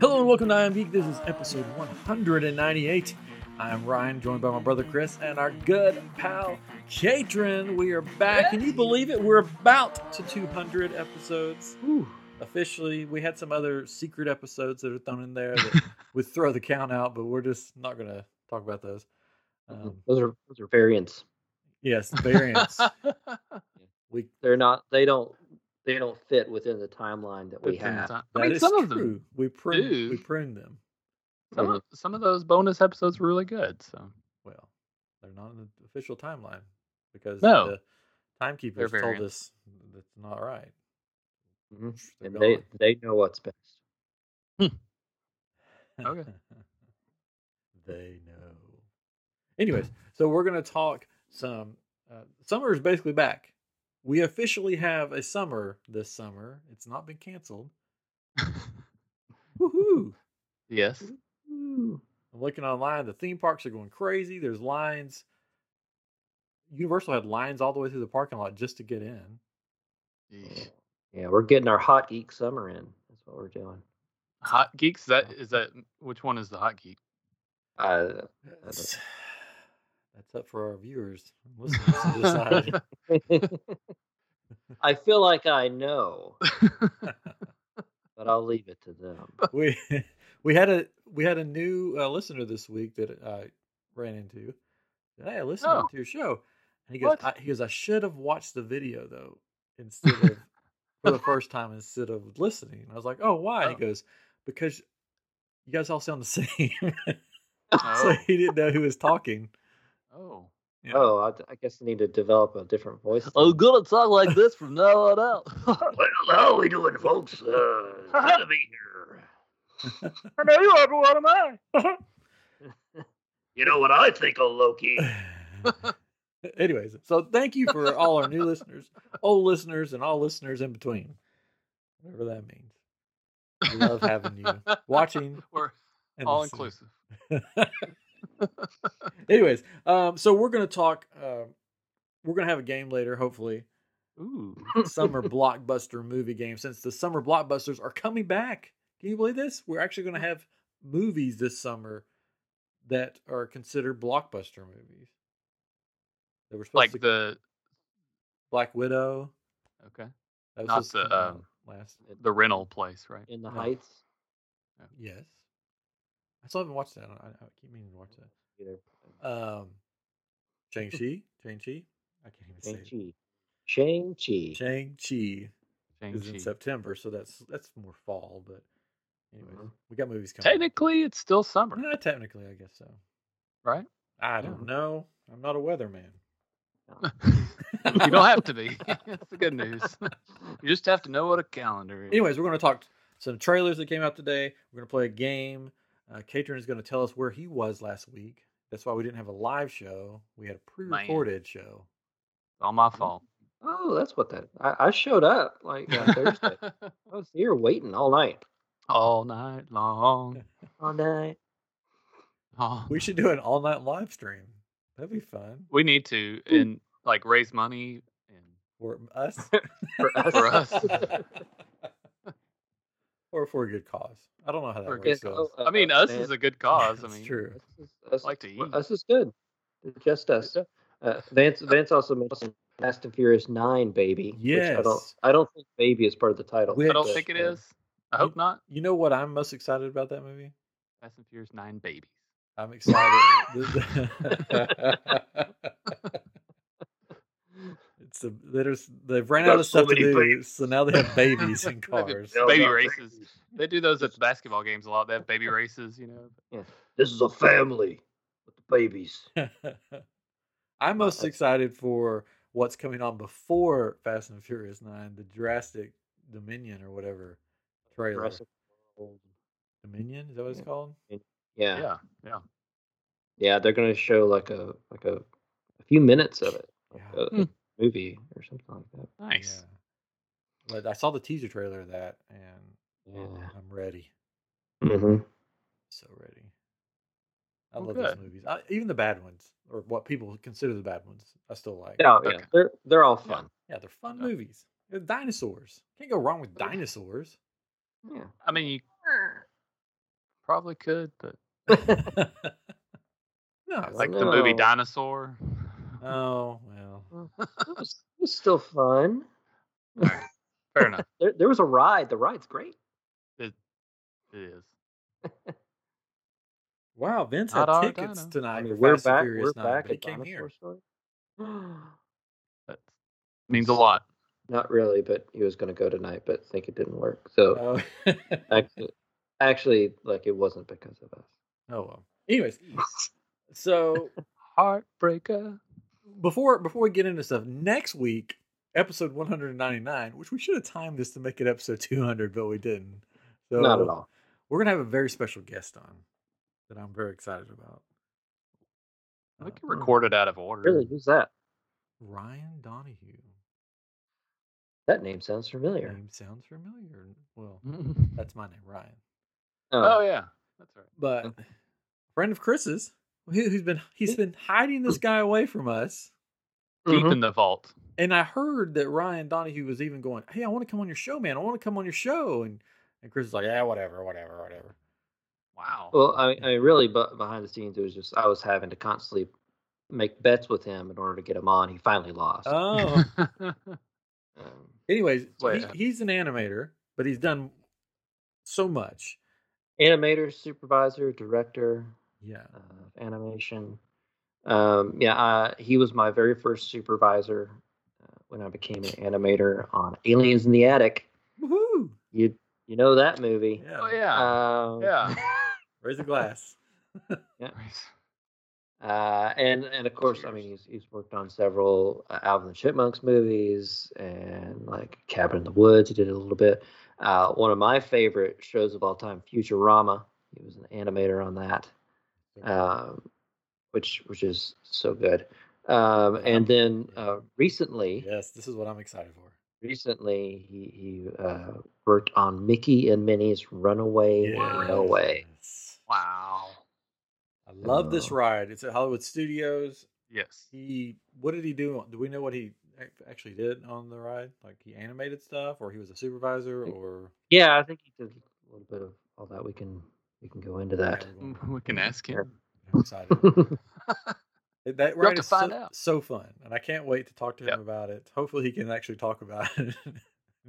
Hello and welcome to I Am Geek. This is episode 198. I'm Ryan, joined by my brother Chris and our good pal Katrin. We are back. Can you believe it? We're about to 200 episodes officially. We had some other secret episodes that are thrown in there that would throw the count out, but we're just not going to talk about those. Mm-hmm. Um, those are those are variants. yes, variants. we They're not. They don't. They don't fit within the timeline that we Within the have. time- that I mean, is some of true. them, we prune do. we prune them. some Mhm. of, Mm-hmm. some of those bonus episodes were really good. So Well, they're not in the official timeline because No. the timekeepers told us variants. that's not right. Mhm. They're And they gone. they know what's best. Okay. they know. Anyways, so we're going to talk some. Uh, summer is basically back. We officially have a summer this summer. It's not been canceled. Woohoo! yes, I'm looking online. The theme parks are going crazy. There's lines. Universal had lines all the way through the parking lot just to get in. Yeesh. Yeah, we're getting our hot geek summer in. That's what we're doing. hot geeks. Is Oh. that is that which one is the hot geek? Uh, That's, that's up for our viewers and listeners to decide. I feel like I know, but I'll leave it to them. we we had a we had a new uh, listener this week that I ran into. That I listened Oh. to your show, and he goes, I, What? he goes, I should have watched the video though instead of for the first time instead of listening. And I was like, oh, why? And he goes, because you guys all sound the same. so oh, he didn't know who was talking. oh, Yeah. Oh, I, I guess I need to develop a different voice. then. gonna talk like this from now on out. Well, how we doing, folks? Uh, glad to be here. I know you are, but what am I? You know what I think of Loki? Anyways, so thank you for all our new listeners, old listeners, and all listeners in between, whatever that means. We love having you watching We're and all listening. inclusive. Anyways, um, so we're gonna talk. Uh, we're gonna have a game later, hopefully, Ooh, summer blockbuster movie game. Since the summer blockbusters are coming back, can you believe this? We're actually gonna have movies this summer that are considered blockbuster movies. That were supposed like to the Black Widow. okay, That was Not supposed to the, come out um, last. the rental place, right? in the No. heights. Yes, I still haven't watched that. I, I I keep meaning to watch that. Either Um, Shang Chi, Shang Chi. I can't even Shang say Chi, Shang it. Chi. Shang Chi is in Shang-Chi. September, so that's that's more fall. But anyways, Mhm. we got movies coming. up. Technically, it's still summer, Nah, technically, I guess so. right? I don't know. I'm not a weatherman. you don't have to be. That's the good news. You just have to know what a calendar is. Anyways, we're going to talk some trailers that came out today. We're going to play a game. Uh, Katrin is going to tell us where he was last week. That's why we didn't have a live show. We had a pre-recorded show. all my Mm-hmm. fault. Oh, that's what that. I, I showed up like on Thursday. I was here waiting all night. all night long. All night. Oh, We should do an all-night live stream. That'd be fun we need to and like raise money and for us For us. for us. or for a good cause. I don't know how that For a works. good though. I mean, us is a good cause. I That's mean, true. us, like to uh, well, eat. us is good. Just us. Uh, Vance Vance also mentioned Fast and Furious Nine, baby. Which I don't. Yes. I don't think baby is part of the title. Which- I don't but, think it uh, is. I hope not. You know what I'm most excited about that movie? Fast and Furious Nine babies. I'm excited. it's a, there's they've ran out Got of so stuff to many do, babies. so now they have babies in They have cars. babies. Baby not races. crazy. They do those at the basketball games a lot. They have baby races, you know. This is a family with the babies. I'm most that's- excited for what's coming on before Fast and Furious Nine, the Jurassic Dominion or whatever trailer. Jurassic World. Dominion is that what it's Yeah. called? Yeah. yeah, Yeah, yeah. They're gonna show like a like a, a few minutes of it, like Yeah. Hmm. a, a movie or something like that. Nice. Yeah. But I saw the teaser trailer of that, and Yeah. I'm ready. Mm-hmm. So ready. I Oh, Well, love good. those movies, I, even the bad ones, or what people consider the bad ones. I still like. Yeah, oh, yeah. Okay. They're they're all Yeah. fun. Yeah, they're fun Yeah. movies. They're dinosaurs. Can't go wrong with dinosaurs. Yeah. I mean, you Probably could, but no, like the No. movie Dinosaur. oh well. It was, it was still fun. Fair enough. There, there was a ride. The ride's great. It is. Wow, Vince Not had our tickets dino. tonight. I mean, for we're Fast and back. Furious We're 9, back but he at came Dinosaur here. Story. That means a lot. Not really, but he was going to go tonight, but think it didn't work. So Oh. actually, actually, like it wasn't because of us. Oh, well. Anyways, so Heartbreaker. before before we get into stuff, next week, episode 199, which we should have timed this to make it episode 200, but we didn't. So Not at all. We're gonna have a very special guest on that I'm very excited about. We Uh, can record it out of order. Really, who's that? Ryan Donahue. That name sounds familiar. Name sounds familiar. Well, Mm. oh that's my name, Ryan. Oh, yeah, that's right. But friend of Chris's, who- who's been he's been hiding this guy away from us. Deep Mhm. in the vault. And I heard that Ryan Donahue was even going, "Hey, I want to come on your show, man. I want to come on your show." And and Chris is like, "Yeah, whatever, whatever, whatever." Wow. Well, I, I mean, really, but behind the scenes, it was just I was having to constantly make bets with him in order to get him on. He finally lost. Oh, Um, anyways, he, Wait. he's an animator, but he's done so much. animator, supervisor, director Yeah, of animation. Um, yeah, uh, he was my very first supervisor uh, when I became an animator on Aliens in the Attic. woohoo! You you know that movie? Yeah, oh yeah. Um, yeah. raise a glass. Uh, and and of course, I mean, he's he's worked on several uh, Alvin and the Chipmunks movies and like Cabin in the Woods. He did a little bit. Uh, one of my favorite shows of all time, Futurama. He was an animator on that, um, which which is so good. Um, and then uh, recently, Yes, this is what I'm excited for. recently he he uh, worked on Mickey and Minnie's Runaway Yes. Railway. Yes. Wow. I love this Oh. ride. It's at Hollywood Studios. Yes. He, what did he do? Do we know what he ac- actually did on the ride? Like he animated stuff, or he was a supervisor, or Yeah, I think he did a little bit of all that. We can we can go into that. We can ask him. I'm excited. It- That You'll have ride to is so, find out. so fun, and I can't wait to talk to him Yep. about it. Hopefully, he can actually talk about it. and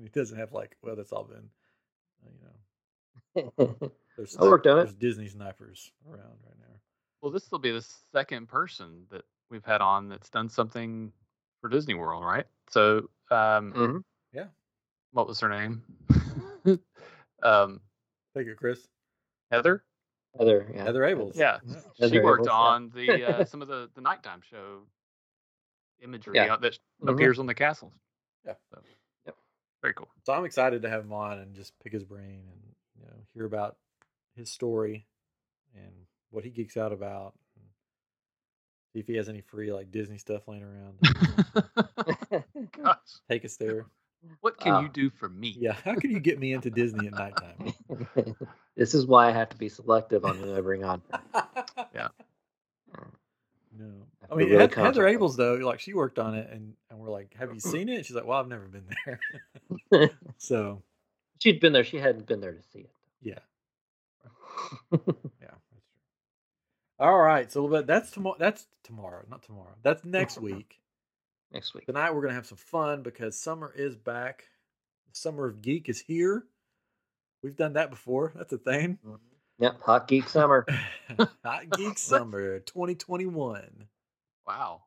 he doesn't have like, well, that's all been, uh, you know, there's, I worked on it. there's Disney snipers around right now. Well, this will be the second person that we've had on that's done something for Disney World, right? So, um, Mm-hmm. Mhm. what was her name? um, Thank you, Chris. Heather. Heather, yeah. Heather Abels. Yeah. Heather she worked Abels, yeah. on the uh, some of the the nighttime show imagery Yeah. out that Mhm. appears on the castles. Yeah. So, Yep. Very cool. So I'm excited to have him on and just pick his brain and you know hear about his story and what he geeks out about. and See if he has any free like Disney stuff laying around. Gosh, Take us there. what can Uh, you do for me? Um, Yeah, how can you get me into Disney at nighttime? this is why I have to be selective on who I bring on. Yeah. No. That's I a mean, really Heath- Heather consequence. Abels though, like she worked on it, and and we're like, "Have you seen it?" She's like, "Well, I've never been there." so She'd been there. She hadn't been there to see yeah, it. yeah, that's true. All right, so but that's tomorrow. That's tomorrow, not tomorrow. That's next week. Next week. Tonight we're gonna have some fun because summer is back. Summer of Geek is here. We've done that before. That's a thing. Mm-hmm. Yep. Hot Geek Summer. Hot Geek Summer 2021. Wow.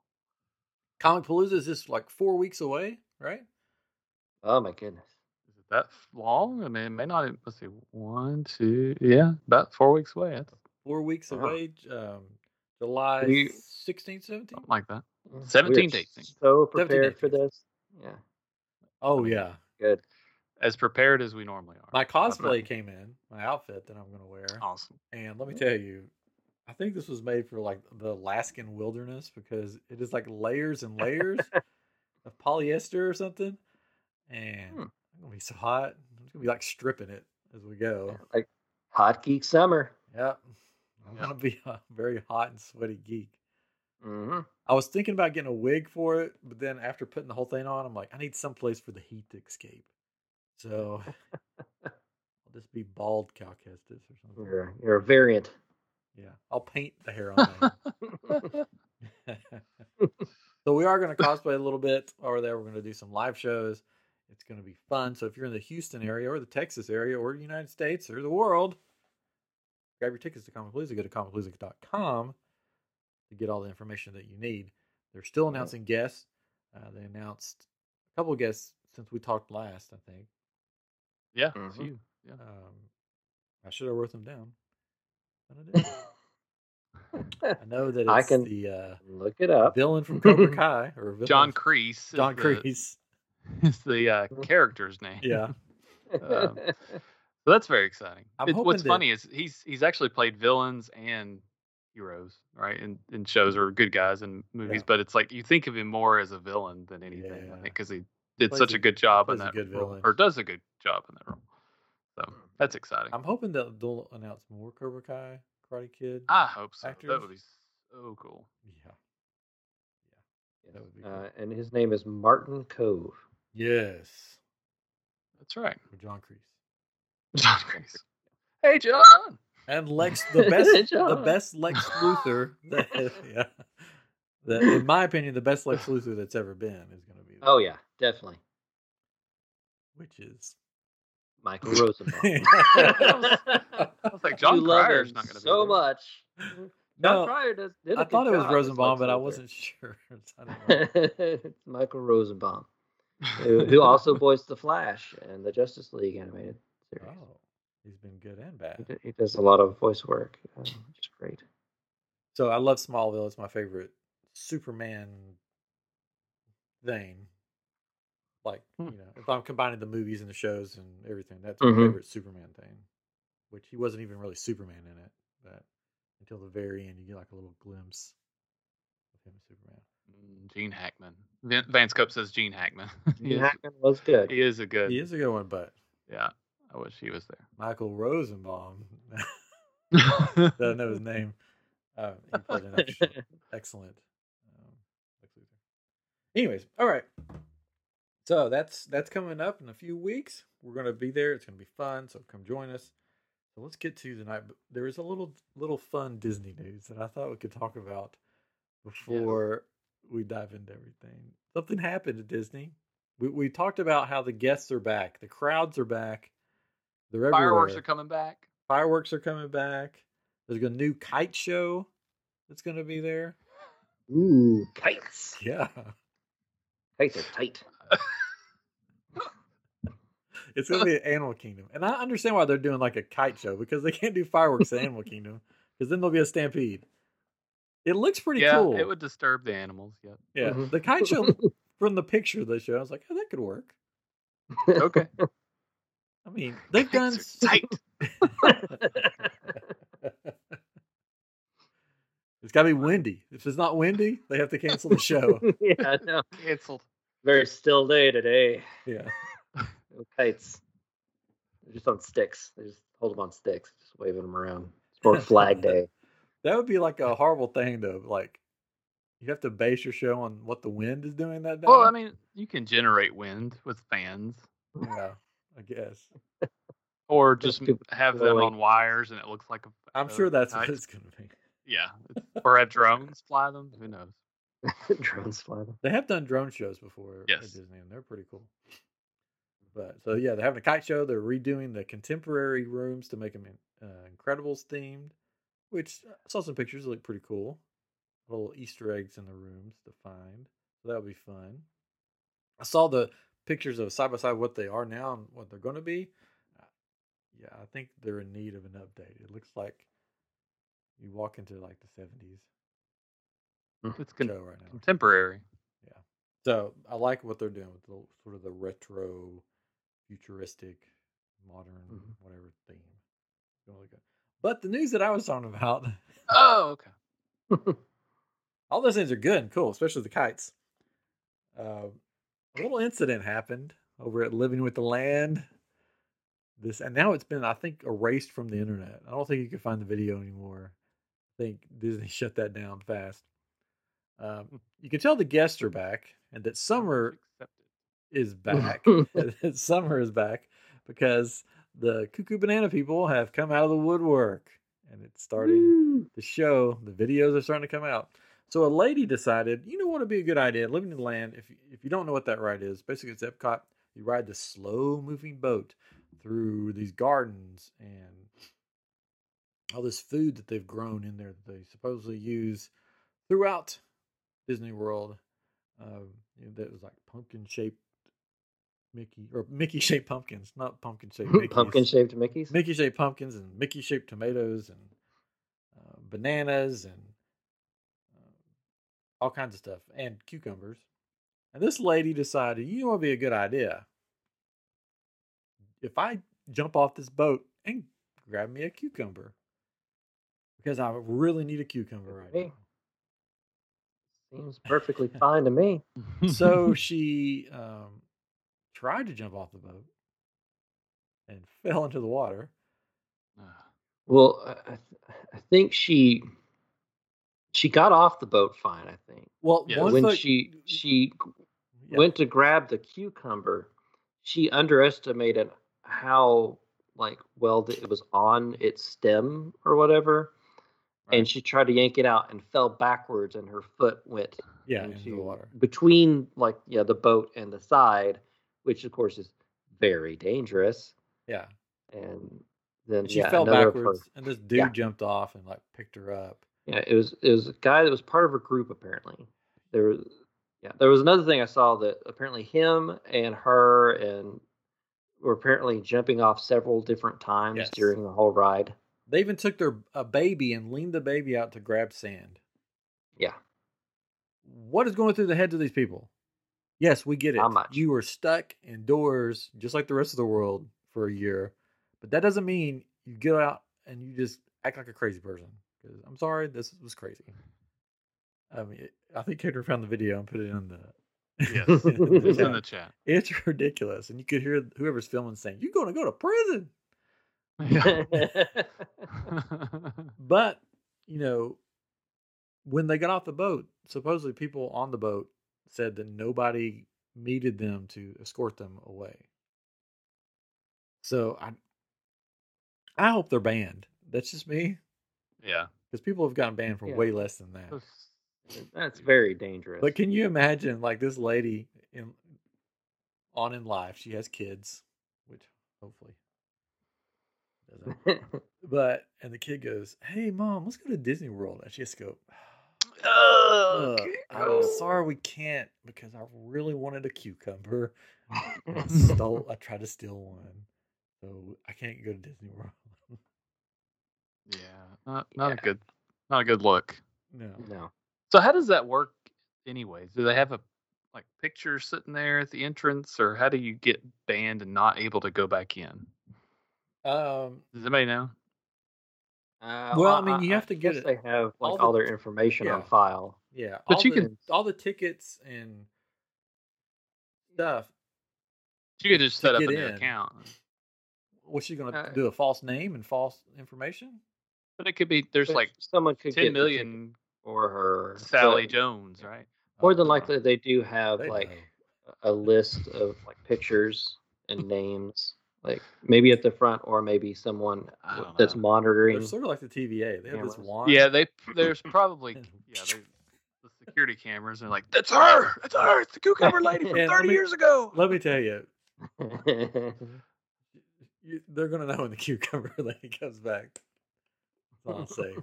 Comic Palooza is just like four weeks away, right? Oh my goodness. Is it that long? I mean, it may not. even- Let's see. One, two. Yeah, about four weeks away. That's Four weeks Wow. away, um, July We- 16th, 17th. something like that. We are 17 dates. So 17 prepared for dates. this. Yeah. Oh yeah, Good. As prepared as we normally are. my cosplay Definitely. came in, my outfit that I'm gonna wear, Awesome. and let me tell you, I think this was made for like the Alaskan wilderness because it is like layers and layers of polyester or something, and Hmm. I'm gonna be so hot. I'm just gonna be like stripping it as we go. Like Hot Geek Summer. Yep, I'm Yeah. gonna be a very hot and sweaty geek. Mm-hmm. I was thinking about getting a wig for it, but then after putting the whole thing on, I'm like, I need some place for the heat to escape. So I'll just be bald Cal Kestis or something. You're, you're a variant. Yeah, I'll paint the hair on there. so we are going to cosplay a little bit over there. We're going to do some live shows. It's going to be fun. So if you're in the Houston area or the Texas area or the United States or the world, grab your tickets to Comicpalooza. Go to comicpalooza.com to get all the information that you need. They're still announcing guests. Uh, they announced a couple of guests since we talked last, I think. Yeah, Mhm. it's you. Yeah. Um, I should have wrote them down, but I didn't. I know that it's I can- the uh, Look it up. villain from Cobra Kai or villain John from- Creese. John is Kreese. Mm-hmm. The, is the uh, character's name. uh, Yeah, Um, So that's very exciting. I'm It's- hoping what's that- funny is he's he's actually played villains and heroes, right? And in shows or good guys and movies, Mm-hmm. Yeah. but it's like you think of him more as a villain than anything, I Yeah. think, because he did Plays such a- a, good job in plays a that good role, villain. Mm-hmm. or does a good job in that role. So that's exciting. I'm hoping that they'll announce more Cobra Kai, Karate Kid. I hope so. Actors? That would be so cool. Yeah. that would be cool. uh, and his name is Martin Cove. Yes. That's right, For John Kreese. John Grace. Hey, John. And Lex, the best, the John. best Lex Luthor. That, yeah. That, in my opinion, the best Lex Luthor that's ever been is going to be. Oh yeah, definitely Which is. Michael Rosenbaum. Oh. I I was like, you John love Cryer's him not going to be there. so much. John Mm-hmm. No, Cryer does. Did a I good thought it was job as Rosenbaum, Lex but I Luthor. wasn't sure. I don't know. it's Michael Rosenbaum, who, who also voiced the Flash and the Justice League animated series. Oh, he's been good and He, bad. d- he does a lot of voice work, uh, which is great. So I love Smallville. It's my favorite Superman thing. Like, Hmm. Mm-hmm. you know, if I'm combining the movies and the shows and everything, that's my Mhm. favorite Superman thing. Which he wasn't even really Superman in it, but until the very end, you get like a little glimpse of him as Superman. Mm, Gene Hackman. Van- Vance Cup says Gene Hackman. he, Gene is, Hackman was good. he is a good. He is a good one, but Yeah, I wish he was there. Michael Rosenbaum yeah, doesn't know his name. Uh, he played an extra- excellent. Um, Lex Luthor. Anyways, all right. So that's that's coming up in a few weeks. We're gonna be there. It's gonna be fun. So come join us. So let's get to the night. But there is a little little fun Disney news that I thought we could talk about before we dive into everything. Something happened at Disney. We we talked about how the guests are back, the crowds are back, they're everywhere. Fireworks are coming back. Fireworks are coming back. There's a new kite show that's going to be there. Ooh, kites. Yeah. Kites are tight. It's going to be at Animal Kingdom. And I understand why they're doing like a kite show because they can't do fireworks at Animal Kingdom because then there'll be a stampede. It looks pretty yeah, cool. it would Mm-hmm. disturb the animals. Yep. yeah. Mhm. The kite show from the picture they showed, I was like, oh, that could work. Okay. I mean, they've done. Kites are tight. It's got to be windy. If it's not windy, they have to cancel the show. yeah, no. Canceled. Very still day today. yeah. No kites. They're just on sticks. They just hold them on sticks, just waving them around. It's for Flag Day. That would be like a horrible thing though. Like you have to base your show on what the wind is doing that day. Well, I mean, you can generate wind with fans, yeah, I guess. or just too have them silly. on wires, and it looks like. A, I'm a sure that's what kite. it's gonna be. Yeah, it's- or have drones fly them. Who knows? Drones fly them. They have done drone shows before at Yes. Disney, and they're pretty cool. But so yeah, they're having a kite show. They're redoing the contemporary rooms to make them in, uh, Incredibles themed, which uh, I saw some pictures that look pretty cool. Little Easter eggs in the rooms to find. So that'll be fun. I saw the pictures of side by side what they are now and what they're going to be. Uh, Yeah, I think they're in need of an update. It looks like you walk into like the 70s Mm, It's con- show right now. contemporary. So I like what they're doing with the sort of the retro, futuristic, modern, Mhm. whatever theme. Really good. But the news that I was talking about, Oh, okay. all those things are good and cool, especially the kites. Uh, a little incident happened over at Living with the Land. This and now it's been, I think, erased from the internet. I don't think you can find the video anymore. I think Disney shut that down fast. Um, you can tell the guests are back and that summer Accepted. is back. Summer is back because the cuckoo banana people have come out of the woodwork, and it's starting Woo. the show. The videos are starting to come out. So a lady decided, you know what would be a good idea? Living in land. If if you don't know what that ride is, basically it's Epcot. You ride the slow moving boat through these gardens and all this food that they've grown in there that they supposedly use throughout Disney World. Um, you know, that was like pumpkin shaped Mickey or Mickey shaped pumpkins, not pumpkin shaped Mickey. Pumpkin shaped Mickey's. Mickey shaped pumpkins and Mickey shaped tomatoes and uh, bananas and uh, all kinds of stuff and cucumbers. And this lady decided, you know what would be a good idea? If I jump off this boat and grab me a cucumber because I really need a cucumber right Hey. now. Seems perfectly fine to me. so she um, tried to jump off the boat and fell into the water. Well, I, I- I think she she got off the boat fine. I think Well, Yeah, one when foot- she she Yeah. went to grab the cucumber, she underestimated how like well th- it was on its stem or whatever, Right. and she tried to yank it out and fell backwards, and her foot went yeah, into into the water. between like yeah the boat and the side, which of course is very dangerous. Yeah. And then And she yeah, fell another of backwards, her- and this dude Yeah. jumped off and like picked her up. Yeah, it was it was a guy that was part of a group apparently. There was yeah, there was another thing I saw that apparently him and her and were apparently jumping off several different times Yes. during the whole ride. They even took their a baby and leaned the baby out to grab sand. Yeah. What is going through the heads of these people? Yes, we get it. Not much. You were stuck indoors, just like the rest of the world, for a year, but that doesn't mean you get out and you just act like a crazy person. 'Cause I'm sorry, this was crazy. I mean, it- I think Kendra found the video and put it in the. Yes. It's in Yeah. the chat. It's ridiculous, and you could hear whoever's filming saying, "You're going to go to prison." Yeah. But you know, when they got off the boat, supposedly people on the boat said that nobody needed them to escort them away. So I, I hope they're banned. That's just me, yeah. because people have gotten banned for Yeah. way less than that. That's very dangerous. But can you imagine, like this lady in on in life, she has kids, which hopefully doesn't. But and the kid goes, "Hey, mom, let's go to Disney World." And she has to go. "Ugh, I'm sorry we can't because I really wanted a cucumber. and I stole. I tried to steal one, so I can't go to Disney World. Yeah. Not not Yeah. a good not a good look. No, no. So how does that work anyways? Do they have a like picture sitting there at the entrance or how do you get banned and not able to go back in? um, Does anybody know? Uh, Well, I mean, you have to get guess it- They have like all all, the- their information on yeah. file. yeah, But all you the, can- all the tickets and stuff. You could just To set up get a new in. account. Was she going to Uh, do a false name and false information? But it could be there's But like someone could get ten the ticket million for her Sally but Jones, right? Um, More than likely, they do have They like know. a list of like pictures and names, like maybe at the front or maybe someone I don't that's know. They're monitoring. sort of like the TVA. They have this Cameras. wand. Yeah, they there's probably yeah, they, the security cameras are like, That's her! That's her, it's the cucumber lady from Yeah, let thirty me- years ago. Let me tell you, you, they're going to know when the cucumber lady comes back. That's all I'll say.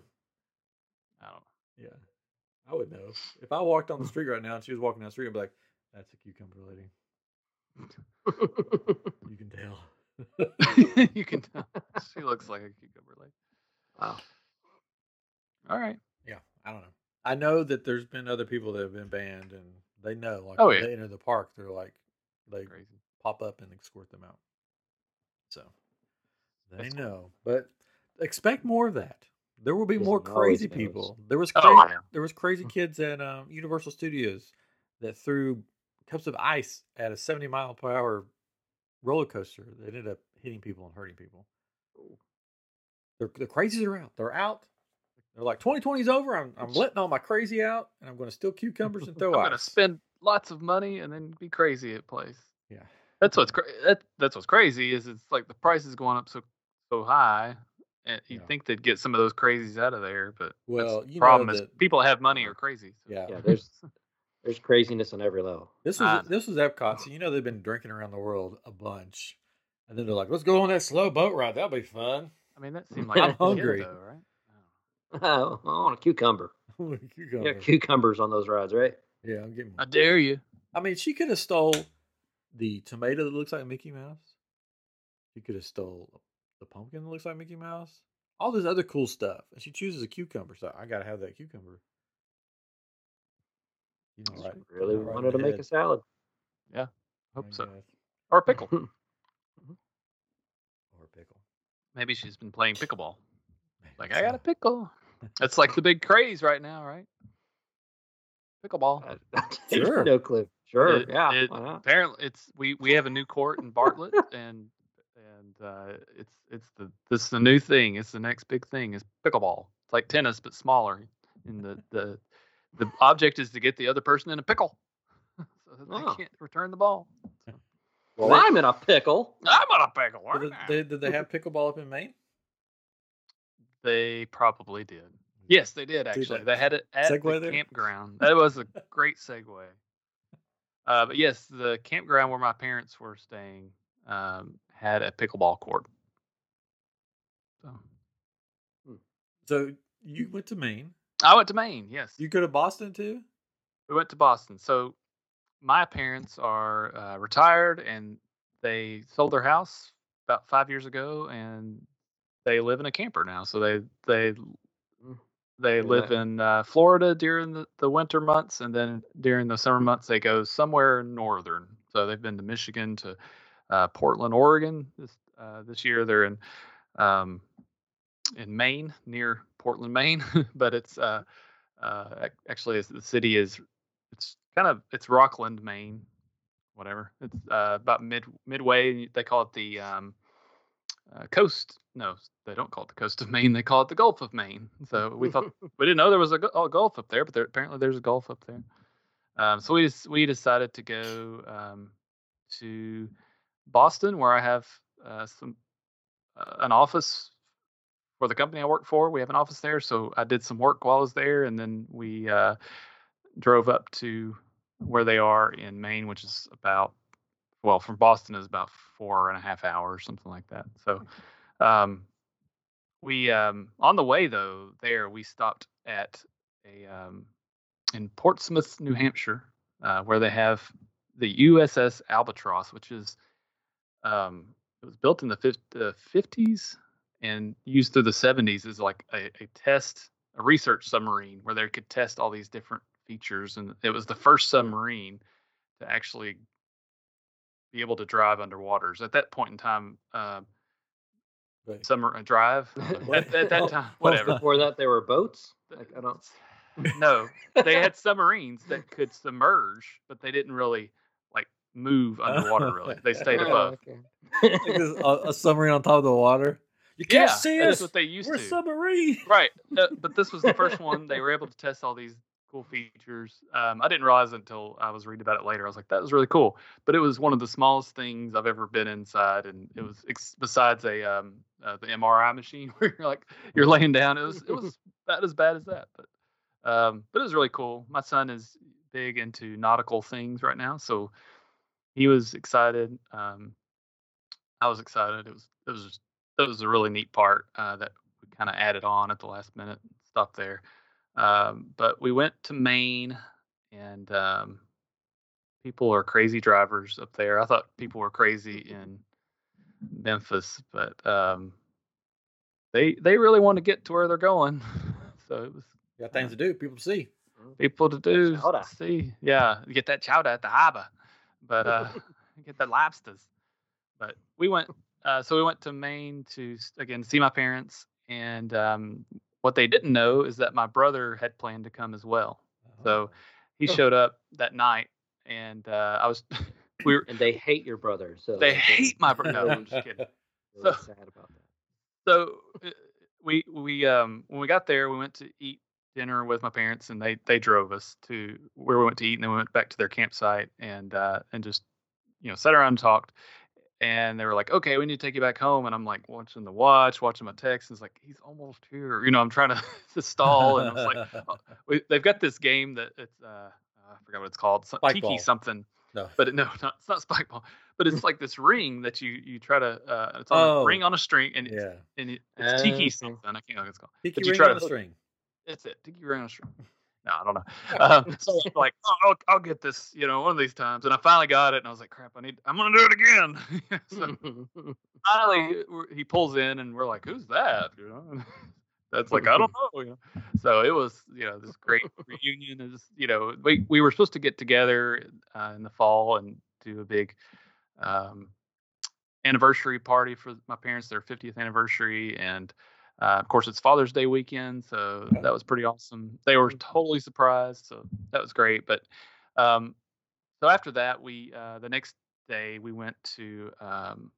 I don't know. Yeah. I would know. If I walked on the street right now and she was walking down the street, I'd be like, that's a cucumber lady. You can tell. you can tell. She looks like a cucumber lady. wow. All right. Yeah. I don't know. I know that there's been other people that have been banned and they know. Like, Oh, when yeah. they enter the park, they're like, they Crazy. pop up and escort them out. So they That's cool. know. But expect more of that. There will be Disney more always crazy knows. people. There was crazy, Oh, I know. there was crazy kids at um, Universal Studios that threw cups of ice at a 70 mile per hour roller coaster that ended up hitting people and hurting people. They're, the crazies are out. They're out. They're like 2020's over. I'm, I'm letting all my crazy out, and I'm going to steal cucumbers and I'm throw gonna ice. spend lots of money and then be crazy at place. Yeah, That's what's cra- that, that's what's crazy is it's like the price is going up so so high. And you'd Yeah. think they'd get some of those crazies out of there, but that's Well, the you know problem is that- people that have money are crazy. so- Yeah. Yeah, there's there's craziness on every level. This Ah. was this was Epcot, so you know they've been drinking around the world a bunch, and then they're like, "Let's go on that slow boat ride. That'll be fun." I mean that seemed like a I'm kid, hungry. though, right? Oh. I want a cucumber. You Cucumber. got cucumbers on those rides, right? yeah, I'm getting. I dare you. I mean, she could have stole the tomato that looks like Mickey Mouse. She could have stole the pumpkin that looks like Mickey Mouse. All this other cool stuff, and she chooses a cucumber. So I gotta have that cucumber. You know, right? Really Right in wanted to the make head. a salad. Hope I so. guess. Or pickle. Or pickle. Maybe she's been playing pickleball. Like I So- got a pickle. That's like the big craze right now, right? Pickleball. I- Sure. no clue. Sure. It- yeah. it- why not? Apparently, it's we we have a new court in Bartlett, and and uh, it's it's the this is the new thing. It's the next big thing. Is pickleball. It's like tennis but smaller. And the the the object is to get the other person in a pickle, so that Oh. they can't return the ball. Well, they- I'm in a pickle. I'm on a pickle. right Did now. they, did they have pickleball up in Maine? They probably did. Yes, they did actually. that They had it at segue the there? campground. That was a great segue. Uh, but yes, the campground where my parents were staying um, had a pickleball court. So So you went to Maine. I went to Maine. Yes, You go to Boston too? we went to Boston. So my parents are uh, retired, and they sold their house about five years ago, and they live in a camper now. So they they mm, They Very live in uh, Florida during the, the winter months, and then during the summer months, they go somewhere northern. So they've been to Michigan, to uh, Portland, Oregon. This uh, this year, they're in um, in Maine, near Portland, Maine. but it's uh, uh, ac- actually it's, the city is it's kind of it's Rockland, Maine, whatever. It's uh, about mid midway. They call it the um, uh, coast. No, they don't call it the coast of Maine. They call it the Gulf of Maine. So we thought we didn't know there was a, gu- a Gulf up there, but there, apparently there's a Gulf up there. Um, so we just, we decided to go um, to Boston, where I have uh, some uh, an office for the company I work for. We have an office there, so I did some work while I was there, and then we uh, drove up to where they are in Maine, which is about well from Boston is about four and a half hours, something like that. So um, we um, on the way though there we stopped at a um, in Portsmouth, New Hampshire, uh, where they have the USS Albatross, which is um, it was built in the fif- the fifties and used through the seventies as like a, a test, a research submarine where they could test all these different features, and it was the first submarine to actually be able to drive underwaters. At that point in time, uh, Right. summer uh, drive at, at that Hold- time, whatever. Before that, there were boats. Like, I don't. No, they had submarines that could submerge, but they didn't really like move underwater. Really, they stayed Oh, above. okay. Like this- a, a submarine on top of the water. You can't yeah, see that's us. what they used We're a to. submarine. right, uh, but this was the first one they were able to test all these cool features. Um, I didn't realize until I was reading about it later. I was like, that was really cool. But it was one of the smallest things I've ever been inside, and it was ex- besides a um, uh, the MRI machine where you're like you're laying down. It was it was about as bad as that, but um, but it was really cool. My son is big into nautical things right now, so he was excited. Um, I was excited. It was it was just, it was a really neat part uh, that we kind of added on at the last minute stuff there. Um, but we went to Maine, and um, people are crazy drivers up there. I thought people were crazy in Memphis, but um, they they really want to get to where they're going. so it was Got things to do, people to see. people to do chowder. see yeah get that chowder at the harbor but uh get the lobsters but we went uh so we went to maine to s- again see my parents and um what they didn't know is that my brother had planned to come as well so he Huh. showed up that night and uh i was we were And they hate your brother. So they they're hate my brother no i'm just kidding really So- sad about that. so uh, we we um when we got there we went to eat dinner with my parents and they they drove us to where we went to eat and then we went back to their campsite and uh and just you know sat around and talked and they were like okay we need to take you back home and i'm like watching the watch watching my text and it's like he's almost here you know i'm trying to, to stall and i was like oh, we, they've got this game that it's uh i forgot what it's called some- Spike tiki ball. something No. but it, no not, it's not spike ball but it's like this ring that you you try to uh it's on Oh. a ring on a string and it's, yeah. and it, it's tiki Uh, something i can't know what it's called Pick But your you ring try on the to hook- string. that's it. Tiki Brown Shrimp. No, I don't know. Um, so I'm like, oh, I'll, I'll get this, you know, one of these times. And I finally got it, and I was like, crap, I need, I'm gonna do it again. so finally, uh, we're- he pulls in, and we're like, who's that? You know, that's like, I don't know. You know? So it was, you know, this great reunion. Is you know, we we were supposed to get together uh, in the fall and do a big um, anniversary party for my parents, their 50th anniversary, and uh, of course, it's Father's Day weekend, so that was pretty awesome. They were totally surprised, so that was great. But um, so after that, we uh, the next day we went to um,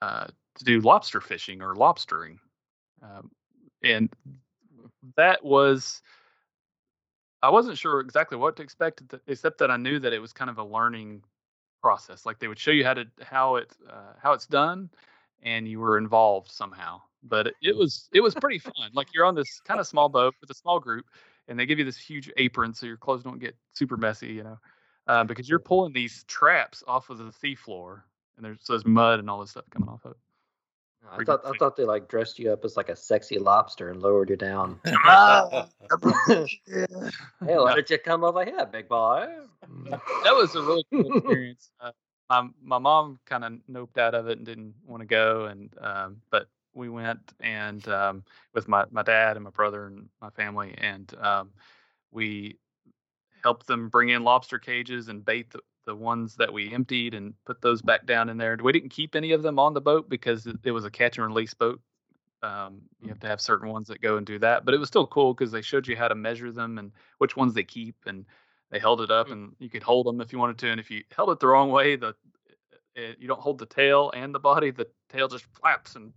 uh, to do lobster fishing or lobstering, um, and that was I wasn't sure exactly what to expect, th- except that I knew that it was kind of a learning process. Like they would show you how to how it uh, how it's done, and you were involved somehow. But it, it was it was pretty fun. Like you're on this kind of small boat with a small group, and they give you this huge apron so your clothes don't get super messy, you know, uh, because you're pulling these traps off of the seafloor, and there's so there's mud and all this stuff coming off of it. I thought I thought they like dressed you up as like a sexy lobster and lowered you down. Ah. Hey, why did you come over here, big boy? that was a really cool experience. Uh, my my mom kind of noped out of it and didn't want to go, and um, but we went and um, with my my dad and my brother and my family, and um, we helped them bring in lobster cages and bait the, the ones that we emptied and put those back down in there. We didn't keep any of them on the boat because it, it was a catch and release boat. Um, Mm. you have to have certain ones that go and do that, but it was still cool because they showed you how to measure them and which ones they keep and they held it Mm. up and you could hold them if you wanted to and if you held it the wrong way the it, you don't hold the tail and the body the tail just flaps and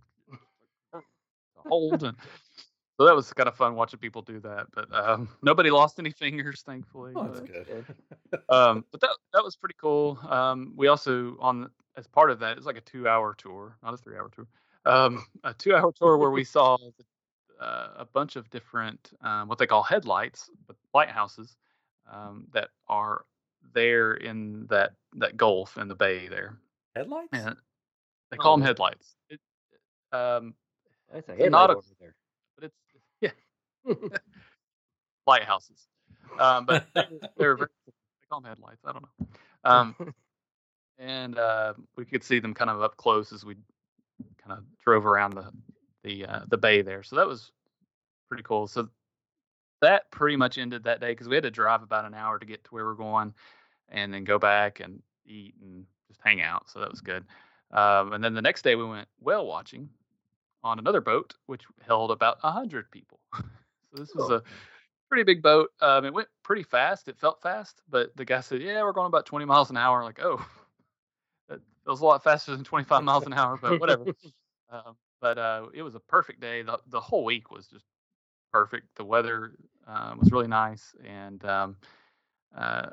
hold and so that was kind of fun watching people do that but um, nobody lost any fingers thankfully Oh, that's but, good. um, but that that was pretty cool um, we also on as part of that it was like a two hour tour not a three hour tour um, a two hour tour where we saw uh, a bunch of different um, what they call headlights but lighthouses um, that are there in that that gulf in the bay there. Headlights? And they call Oh, them that's- headlights. It, um, That's a They're headlight not a- over there. but it's yeah, lighthouses. Um, but they're, they're very, they call them headlights. I don't know. Um, and uh, we could see them kind of up close as we kind of drove around the the uh, the bay there. So that was pretty cool. So that pretty much ended that day because we had to drive about an hour to get to where we're going, and then go back and eat and just hang out. So that was good. Um, and then the next day we went whale watching on another boat, which held about a hundred people. So this was Oh. a pretty big boat. Um, it went pretty fast. It felt fast, but the guy said, "Yeah, we're going about 20 miles an hour." Like, oh, that feels a lot faster than 25 miles an hour, but whatever. um, but uh, it was a perfect day. The, the whole week was just perfect. The weather uh, was really nice, and um, uh,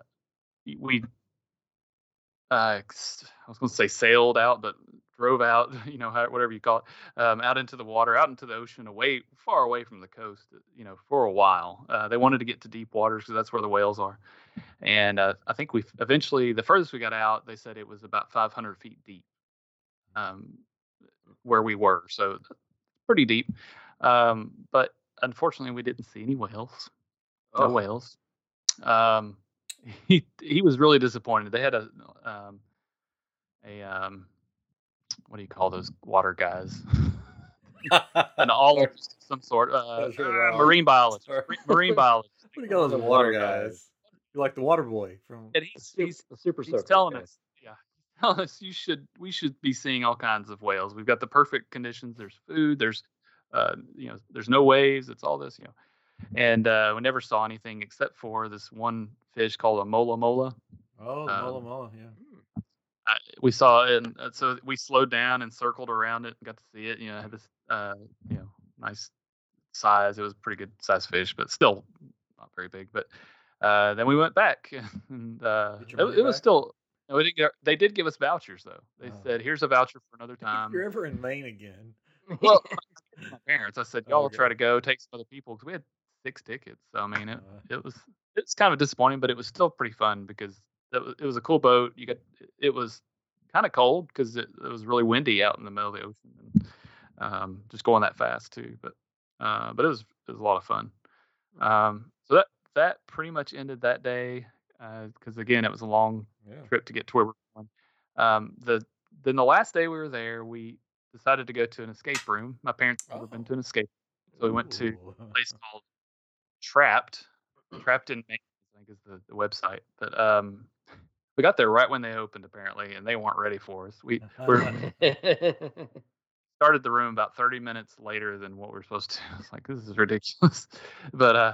we uh, s- I was going to say sailed out, but drove out, you know, how- whatever you call it, um, out into the water, out into the ocean, away, far away from the coast, uh, you know, for a while. Uh, they wanted to get to deep waters because that's where the whales are. And uh, I think we eventually, the furthest we got out, they said it was about 500 feet deep um, where we were. So pretty deep. Um, but unfortunately, we didn't see any whales. No Oh. whales. Um, he he was really disappointed. They had a um, a um, what do you call those water guys? An all some sort, uh, Those are uh, wild. marine biologist, Sorry. marine- marine biologist. What do you call those The water water guys? guys. You're like the water boy from. And he's Super- he's a super he's soaker, telling okay. us, yeah, he's telling us you should we should be seeing all kinds of whales. We've got the perfect conditions. There's food. There's, uh, you know, there's no waves. It's all this, you know. And uh, we never saw anything except for this one fish called a mola mola. Oh, the Um, Mola Mola, yeah. I, we saw it, and uh, so we slowed down and circled around it and got to see it. You know, it had this, uh, you know, nice size. It was a pretty good size fish, but still not very big. But uh, then we went back, and uh, Get your it, money it was back? still No, we didn't get, they did give us vouchers though. They Oh. said, "Here's a voucher for another time." if you're ever in Maine again, Well, my parents, I said, Oh, "Y'all okay. try to go, take some other people," because we had six tickets. So I mean, it, Uh, it was it's kind of disappointing, but it was still pretty fun because it was, it was a cool boat. You got it was kind of cold because it, it was really windy out in the middle of the ocean, and um, just going that fast too. But uh, but it was it was a lot of fun. Um, so that that pretty much ended that day because again, it was a long yeah. trip to get to where we're going. Um, the then the last day we were there, we decided to go to an escape room. My parents had never been Oh. to an escape, so we went to Ooh. a place called Trapped. Trapped in Maine, I think is the, the website. But um, we got there right when they opened apparently, and they weren't ready for us. We we're, Hmm. started the room about 30 minutes later than what we are supposed to. It's like this is ridiculous. but uh,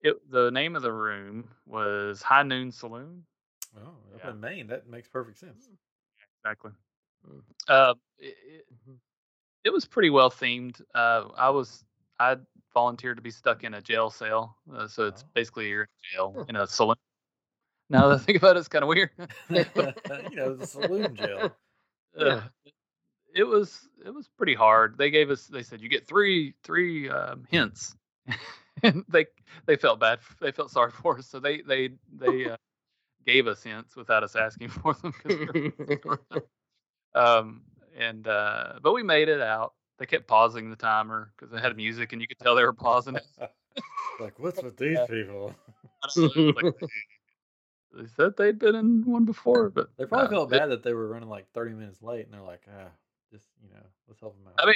it, the name of the room was High Noon Saloon. Oh, up Yeah. in Maine, that makes perfect sense. Exactly. Uh, it, it- it was pretty well themed. Uh, I was I volunteered to be stuck in a jail cell, uh, so it's Oh. basically you're in jail in a saloon. Now that I think about it, it's kind of weird. you know, the saloon jail. Uh, it was it was pretty hard. They gave us they said you get three three um, hints, and they they felt bad they felt sorry for us, so they they they uh, gave us hints without us asking for them. 'cause we were um, and uh, but we made it out. They kept pausing the timer because they had music, and you could tell they were pausing it. like, what's with these people? Like, they said they'd been in one before, but They probably uh, felt it- bad that they were running like 30 minutes late, and they're like, ah, just you know, let's help them out. I mean,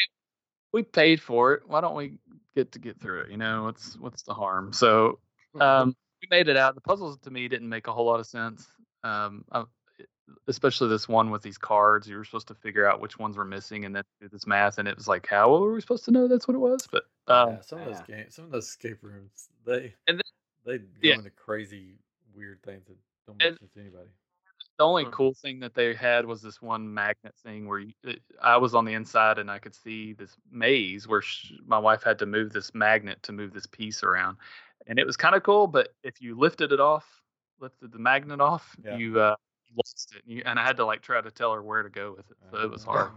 we paid for it. Why don't we get to get through it? You know, what's what's the harm? So Mm-hmm. Oh. um, we made it out. The puzzles to me didn't make a whole lot of sense, um, uh, especially this one with these cards. You were supposed to figure out which ones were missing, and then do this math, and it was like, how were we supposed to know that's what it was? But um, yeah, some of those games, some of those escape rooms, they And they go yeah. into crazy weird things that don't And- make sense to anybody. The only Mhm. cool thing that they had was this one magnet thing where you, it, I was on the inside and I could see this maze where sh my wife had to move this magnet to move this piece around, and it was kind of cool. But if you lifted it off, lifted the magnet off, Yeah. you uh, lost it, and, you, and I had to like try to tell her where to go with it. So it was hard.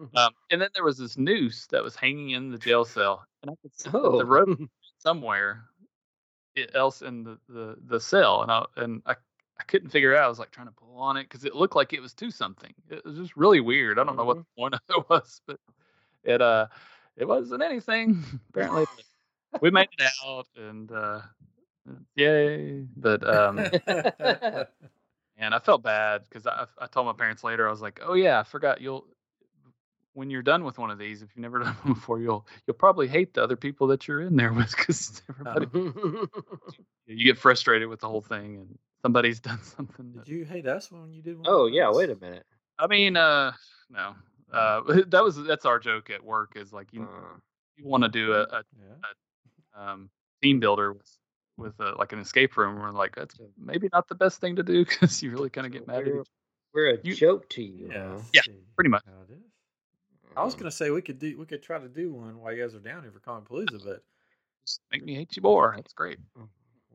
Uh, Um, and then there was this noose that was hanging in the jail cell, and I could see that Oh. the rope somewhere i- else in the, the, the cell, and I and I, I couldn't figure it out. I was like trying to pull on it because it looked like it was to something. It was just really weird. I don't know what the point of it was, but it uh it wasn't anything apparently. but we made it out, and uh, yay! But um, and I felt bad because I, I told my parents later I was like, oh yeah, I forgot you'll when you're done with one of these, if you've never done one before, you'll you'll probably hate the other people that you're in there with because everybody you get frustrated with the whole thing and somebody's done something. Did That, you hate us when you did one? oh yeah, wait a minute. I mean, uh, no, uh, that was that's our joke at work is like you Uh, you want to do a, a minute. um, team builder with with a, like an escape room. We're like that's maybe not the best thing to do because you really kind of get mad at each we're, we're a You- joke to you. Yeah. Yeah. huh? Oh, let's Yeah, see pretty much. how it is. I Um was gonna say we could do we could try to do one while you guys are down here for Palooza, but Make me hate you more. That's great.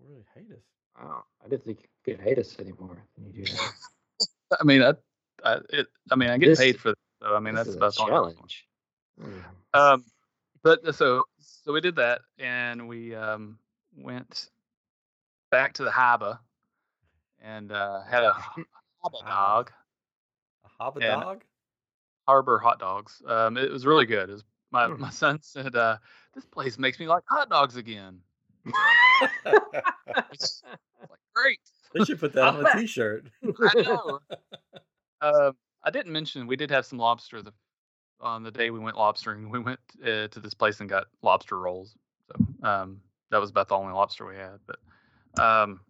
really hate us. Wow, I didn't think you could hate us anymore. When you do that. I mean, I, I, it, I mean, I get This- paid for that. So I mean, This that's is about a the only one. challenge. Mm. Um, but so so we did that, and we um went back to the harbor and uh, had a harbor dog, A hobba And- dog? harbor hot dogs. Um, it was really good. It was, my Hmm. my son said, uh, "This place makes me like hot dogs again." I was like, great. they should put that on a T-shirt. I know. Um, I didn't mention we did have some lobster the, on the day we went lobstering. We went uh, to this place and got lobster rolls. So um, that was about the only lobster we had. But um,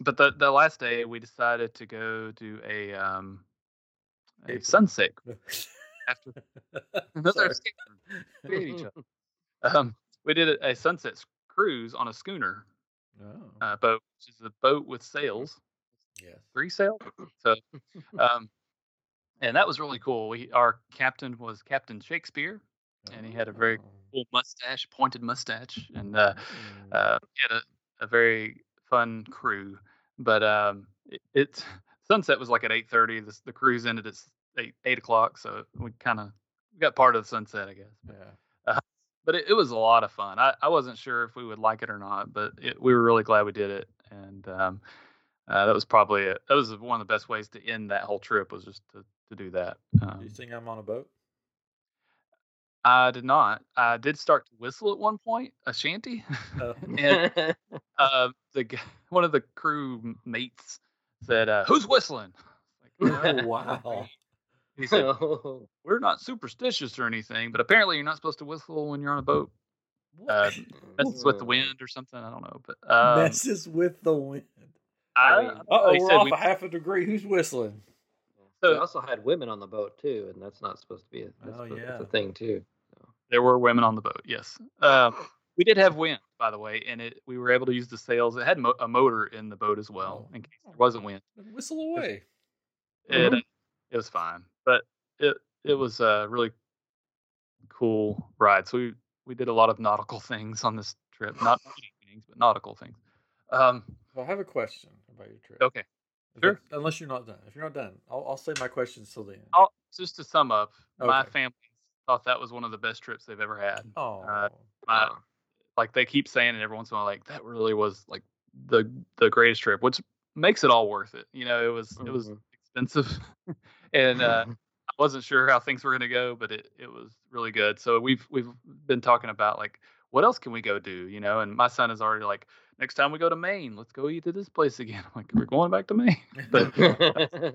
but the the last day we decided to go do a um, a Escape room. sunset after another Sorry. escape room. We hate each other. Um, we did a, a sunset cruise on a schooner Oh, uh, boat, which is a boat with sails. yes. three sail. So, um, and that was really cool. We our captain was Captain Shakespeare. and he had a very Oh. Cool mustache, pointed mustache, and uh, Mm, uh, we had a, a very fun crew. But um, it, it's sunset was like at eight thirty. The the cruise ended at eight eight o'clock, so we kind of got part of the sunset, I guess. Yeah. But it, it was a lot of fun. I, I wasn't sure if we would like it or not, but it, we were really glad we did it, and um, uh, that was probably a, that was one of the best ways to end that whole trip was just to to do that. Do Um, you think I'm on a boat? I did not. I did start to whistle at one point, a shanty, Oh. and uh, the g- one of the crew mates said, uh, "Who's whistling?" Like, Oh, wow. he said, Oh. Mm. "We're not superstitious or anything, but apparently you're not supposed to whistle when you're on a boat. Uh, messes with the wind or something. I don't know, but um, Messes with the wind. I, mean- Uh oh, he we're said off we- a half a degree. Who's whistling? They So- also had women on the boat too, and that's not supposed to be a, that's Oh, supposed- that's yeah. a thing too. there were women on the boat. Yes, um, we did have wind, by the way, and it we were able to use the sails. It had mo- a motor in the boat as well, Oh. in case there wasn't wind. Whistle away. it uh, Mm-hmm. it was fine, but it it was a really cool ride. So we we did a lot of nautical things on this trip, not fishing things, but nautical things. Um, Well, I have a question about your trip. okay, If Oh, sure. it- Unless you're not done. If you're not done, I'll, I'll save my questions till the end. I'll, just to sum up, my Okay. family thought that was one of the best trips they've ever had. Oh, uh, My, Wow. like they keep saying it every once in a while, like that really was like the the greatest trip, which makes it all worth it. You know, it was it was Mm-hmm. Mhm. expensive, and uh, I wasn't sure how things were going to go, but it, it was really good. So we've we've been talking about like what else can we go do, you know? And my son is already like, next time we go to Maine, let's go eat at this place again. I'm like, we're going back to Maine. but- Apparently,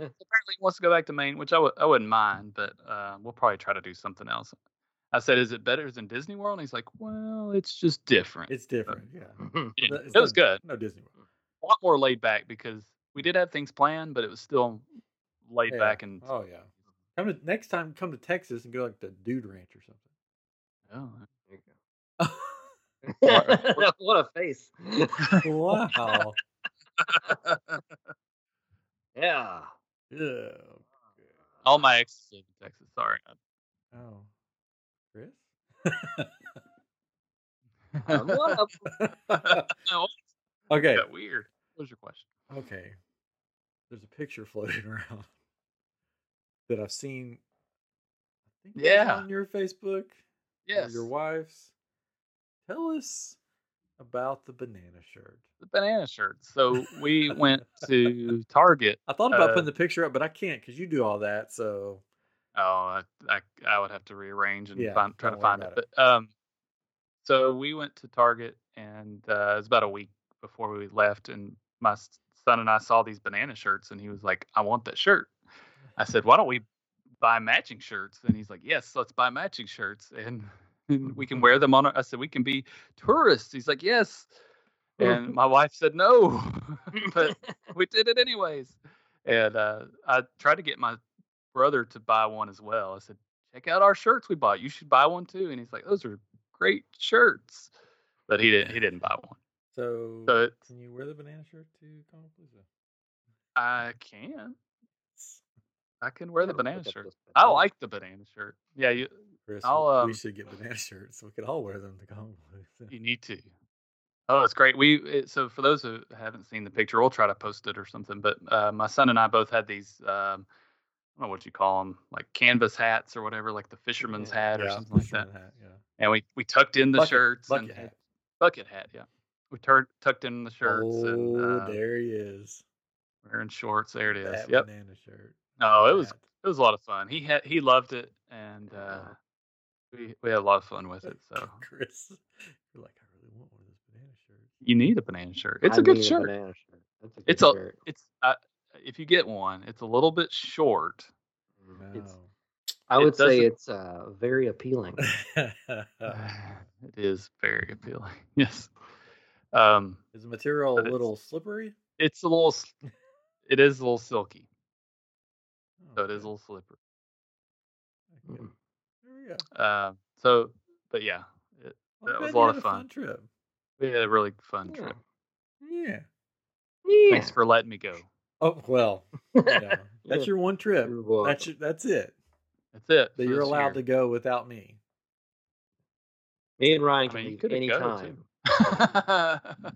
he wants to go back to Maine, which I w- I wouldn't mind, but uh, we'll probably try to do something else. I said, is it better than Disney World? And he's like, well, it's just different. it's different. Yeah. You know, It's it was not- good. No Disney World. A lot more laid back because we did have things planned, but it was still laid Yeah. back and Oh yeah. Come to next time. Come to Texas and go like the Dude Ranch or something. Oh, There you go. What- what a face. wow. yeah. Yeah. all my exes live in Texas. Sorry. Oh. Chris. Um, what a- No, okay. got weird. What was your question? Okay. There's a picture floating around that I've seen. I think it was Yeah. On your Facebook. Or Yes, your wife's. Tell us about the banana shirt. the banana shirt. So we went to Target. I thought about Uh, putting the picture up, but I can't because you do all that. So Oh, I, I, I would have to rearrange and Yeah, find, try to don't worry find it. about it. But um, so we went to Target, and uh, it was about a week before we left, and my s- son and I saw these banana shirts, and he was like, "I want that shirt." I said, "Why don't we buy matching shirts?" And he's like, "Yes, let's buy matching shirts, and, and we can wear them on." Our, I said, "We can be tourists." He's like, "Yes," and my wife said, "No," but we did it anyways. And uh, I tried to get my brother to buy one as well. I said, check out our shirts we bought. You should buy one too. And he's like, those are great shirts. But he didn't. He didn't buy one. so, So it- can you wear the banana shirt to Conapalooza? I can. I can wear the Gotta banana look up shirt. this I banana. like the banana shirt. Yeah, you Chris, I'll, we- we um, should get banana shirts. We could all wear them to Conapalooza. you need to. Oh, it's great. We it, so for those who haven't seen the picture, we'll try to post it or something. But uh, my son and I both had these. Um, I don't know what you call them, like canvas hats or whatever, like the fisherman's hat or Yeah, something like that. fisherman hat, yeah. And we we tucked in the Bucket- shirts bucket and hat. bucket hat. Yeah, we tur- tucked in the shirts and oh, uh, there he is. wearing shorts. There it is. That yep. banana shirt. No, it was Hat. it was a lot of fun. He had he loved it, and uh, we we had a lot of fun with it. So Chris, you're like, I really want one of those banana shirts. you need a banana shirt. It's I a good need shirt. banana shirt. That's a good It's a- shirt. It's uh, if you get one, it's a little bit short. It's, No. I it would say doesn't- it's uh, very appealing. it is very appealing. Yes. Um, is the material a But it's- little slippery? it's a little. s- It is a little silky, so it Okay, is a little slippery. okay. mm. Mm, There we go. Um, so, but yeah, it, Well, That I'm was a glad you lot had of a fun fun. trip. we had a really fun Yeah. trip. Yeah. Yeah. Thanks for letting me go. Oh well. yeah. That's your one trip. You're welcome. That's your, that's it. That's it. That you're allowed to go without me. Me and Ryan I can mean, you leave coulda any go, too. time. to.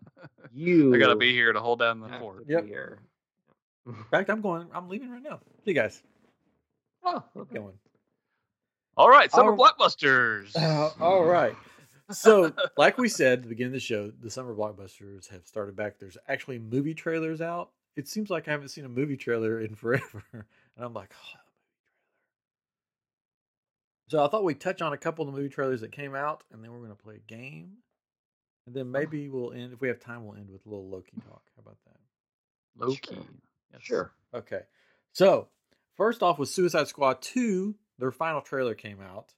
You I gotta be here to hold down the have fort. to Yep. be here. In fact, I'm going. I'm leaving right now. See you guys. Oh, I'm going. All right, summer Oh. blockbusters. Uh, all right. So, like we said at the beginning of the show, the summer blockbusters have started back. There's actually movie trailers out. It seems like I haven't seen a movie trailer in forever, and I'm like, oh, so I thought we'd touch on a couple of the movie trailers that came out, and then we're going to play a game, and then maybe we'll end if we have time. We'll end with a little Loki talk. How about that? Loki. Yes. sure. Okay. So, first off, with Suicide Squad 2, their final trailer came out,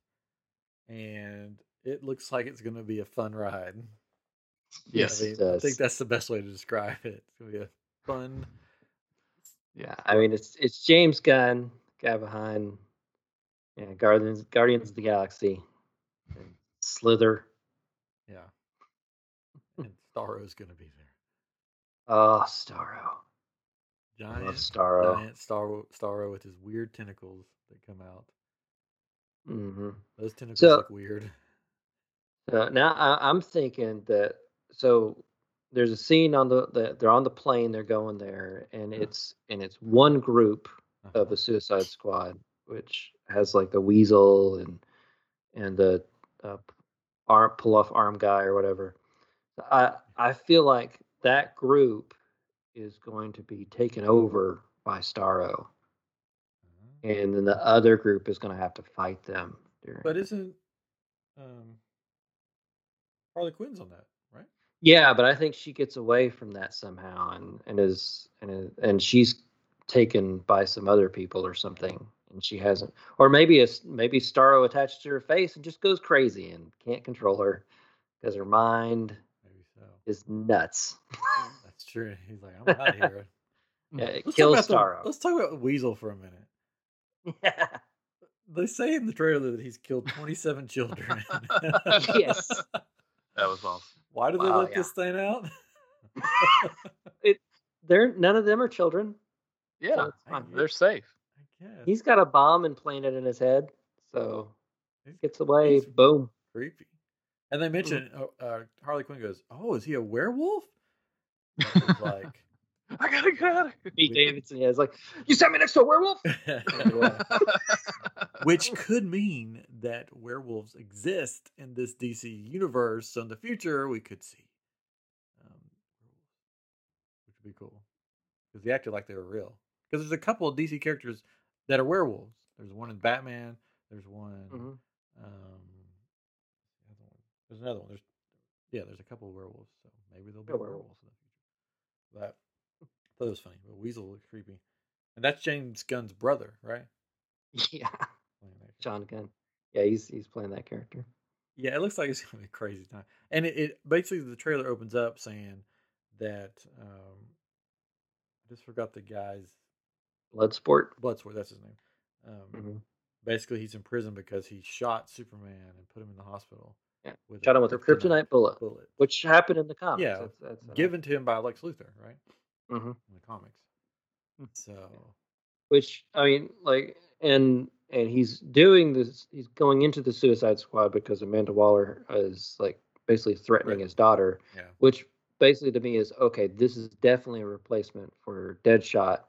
and it looks like it's going to be a fun ride. Yes. I, mean, it I think does. that's the best way to describe it. It's going to be a fun. Yeah, I mean it's it's James Gunn, guy behind yeah, Guardians Guardians of the Galaxy, and Slither. Yeah. And Starro's going to be there. Oh, Starro. Ah, I love Giant, Starro. giant Starro, Starro with his weird tentacles that come out. hmm Those tentacles So- look weird. So Uh, now I, I'm thinking that so there's a scene on the, the they're on the plane, they're going there, and it's and it's one group of Oh, the Suicide Squad, which has like the Weasel and and the uh, arm pull off arm guy or whatever. I I feel like that group is going to be taken over by Starro, Uh-huh. and then the other group is going to have to fight them. During... But isn't um, Harley Quinn's on that, right? yeah, but I think she gets away from that somehow, and and is and is, and she's taken by some other people or something, and she hasn't, or maybe it's maybe Starro attaches to her face and just goes crazy and can't control her because her mind Maybe so. is nuts. That's true. He's like, I'm out of here. Mm-hmm. Yeah, it Let's kills talk about Starro. The, let's talk about Weasel for a minute. They say in the trailer that he's killed 27 children. yes, That was awesome. Why do they Wow, let yeah. this thing out? they're none of them are children. so Yeah, it's fine. they're safe. I guess. he's got a bomb implanted in his head, so He's gets away. he's- Boom. creepy. And they mention uh, uh, Harley Quinn goes, "Oh, is he a werewolf?" And it's like, I gotta get out of here. Pete Davidson yeah, is like, "You sat me next to a werewolf." Yeah. which could mean that werewolves exist in this DC universe. So in the future, we could see, um, which would be cool because they acted like they were real. Because there's a couple of DC characters that are werewolves. There's one in Batman. There's one. Mhm. Um, the other one- there's another one. There's yeah. There's a couple of werewolves. So maybe there'll be Yeah, werewolves in the future. But I thought it was funny. But Weasel looked creepy, and that's James Gunn's brother, right? Playing Yeah, that character. John Gunn. Yeah, he's he's playing that character. Yeah, it looks like it's gonna be a crazy time. And it, it basically the trailer opens up saying that um I just forgot the guy's Bloodsport. Bloodsport, that's his name. Um Mhm. basically he's in prison because he shot Superman and put him in the hospital. Yeah, With Shot him with a kryptonite bullet, bullet. which happened in the comics. Yeah, that's, that's uh, how- Given to him by Lex Luthor, right? Mhm. In the comics. Hmm. So which I mean, like, and and he's doing this. He's going into the Suicide Squad because Amanda Waller is like basically threatening Right. his daughter, Yeah. which basically to me is okay. This is definitely a replacement for Deadshot,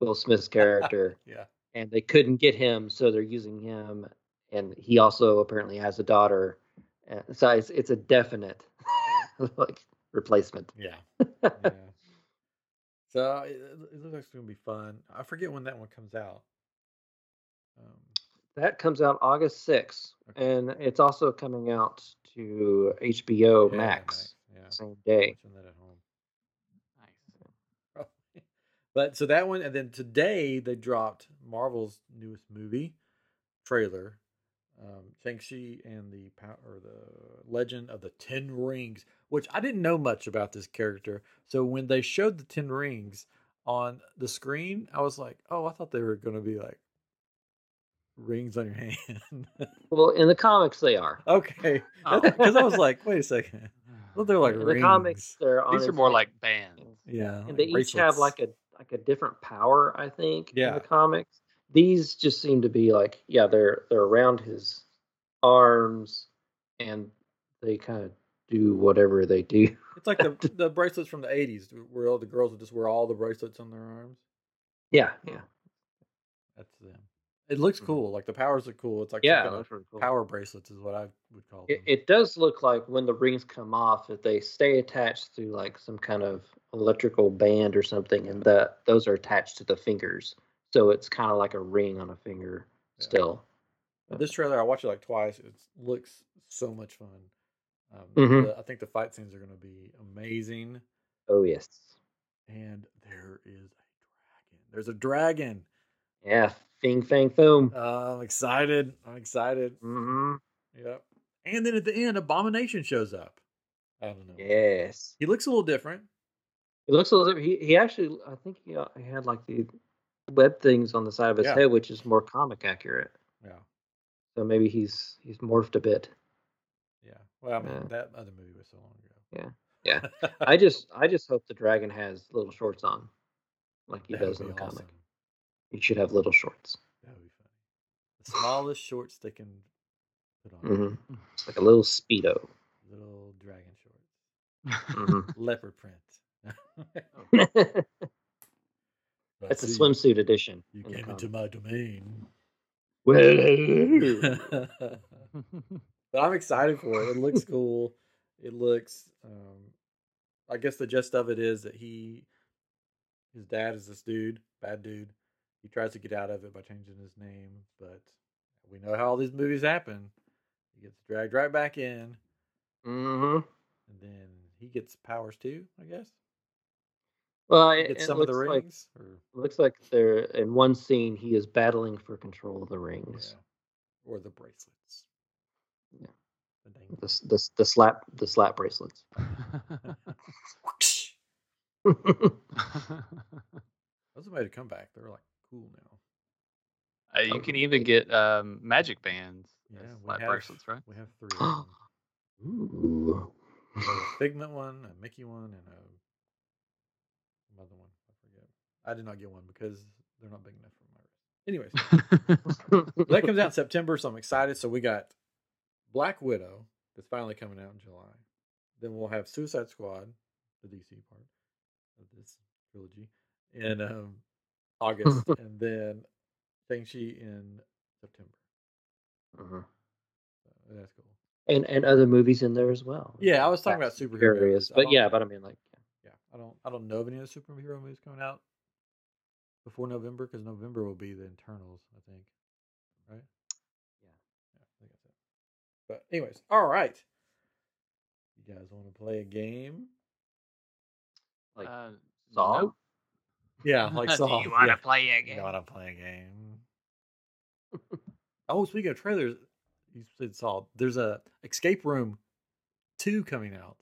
Will Smith's character, yeah. and they couldn't get him, so they're using him. And he also apparently has a daughter, and so it's it's a definite like replacement. Yeah. yeah. So it, it looks like it's gonna be fun. I forget when that one comes out. Um That comes out August 6th, and it's also coming out to HBO Yeah, Max Max, same Yeah. day. Watching that at home. Nice. probably. But so that one, and then today they dropped Marvel's newest movie trailer, um, Shang-Chi and the power, or the Legend of the Ten Rings, which I didn't know much about this character. So when they showed the Ten Rings on the screen, I was like, oh, I thought they were going to be like rings on your hand. Well, in the comics, they are. okay, Oh. because I was like, wait a second, well, they're like in rings. the comics, they're on. These are his more hand, like bands. yeah, and they each have Oh, bracelets. like a like a different power. I think. In Yeah. the comics, these just seem to be like yeah, they're they're around his arms, and they kind of do whatever they do. It's like the the bracelets from the eighties, where all the girls would just wear all the bracelets on their arms. Yeah, yeah, That's them. It looks cool. Like the powers are cool. It's like some Mm-hmm. yeah. kind it of looks really cool. power bracelets is what I would call them. It, it does look like when the rings come off, if they stay attached to like some kind of electrical band or something, and that those are attached to the fingers, so it's kind of like a ring on a finger Yeah. still. But this trailer, I watched it like twice. It looks so much fun. Um, Mhm. the- I think the fight scenes are going to be amazing. Oh yes, And there is a dragon. There's a dragon. yeah, Fing Fang Foom. Uh, I'm excited. I'm excited. Mm-hmm. hmm Yep. And then at the end, Abomination shows up. I don't know. Yes, He looks a little different. it looks a little. He he actually, I think he, uh, he had like the web things on the side of his Yeah. head, which is more comic accurate. Yeah. So maybe he's he's morphed a bit. Yeah. Well, I mean, Yeah. that other movie was so long ago. Yeah, I just I just hope the dragon has little shorts on, like he That does would in the be comic. awesome. He should have little shorts, That would be funny. The smallest shorts they can put on. hmm like a little speedo. Little dragon shorts. Mhm. Leopard print. That's Oh. a see, swimsuit edition. You in the came comic. into my domain. Well, but I'm excited for it. It looks cool. It looks. Um, I guess the gist of it is that he, his dad is this dude, bad dude. He tries to get out of it by changing his name, but we know how all these movies happen. He gets dragged right back in, Mhm. and then he gets powers too. I guess Well, He it, gets it some of the looks like rings. or, looks like there in one scene he is battling for control of the rings. yeah, or the bracelets. Yeah. The dang- The, s- the s- the slap the slap bracelets. Mm. Those have made a comeback. They're like cool now. Uh, you can even get um, magic bands, Yeah, yeah, we slap have- bracelets, right? We have three. Of them. Ooh. There's a Figment one, a Mickey one, and a another one. I forget. I did not get one because they're not big enough for my wrist. Anyways, that comes out in September, so I'm excited. So we got Black Widow that's finally coming out in July. Then we'll have Suicide Squad, the DC part of this trilogy, in um, August, and then Shang Chi in September. Mhm. So that's cool. and and other movies in there as well. Yeah, I was talking Fast about and superhero movies. Furious, I but don't- yeah, but I mean like yeah, I don't I don't know of any other superhero movies coming out before November because November will be the internals, I think. Right? Yeah. Yeah, I think that's it. But anyways, all right. You guys want to play a game? like Uh, Saw? nope. Yeah, like Do Saw. you want to yeah. play a You game? wanna play a game? oh, speaking of trailers, you said Saw. There's a Escape Room two coming out.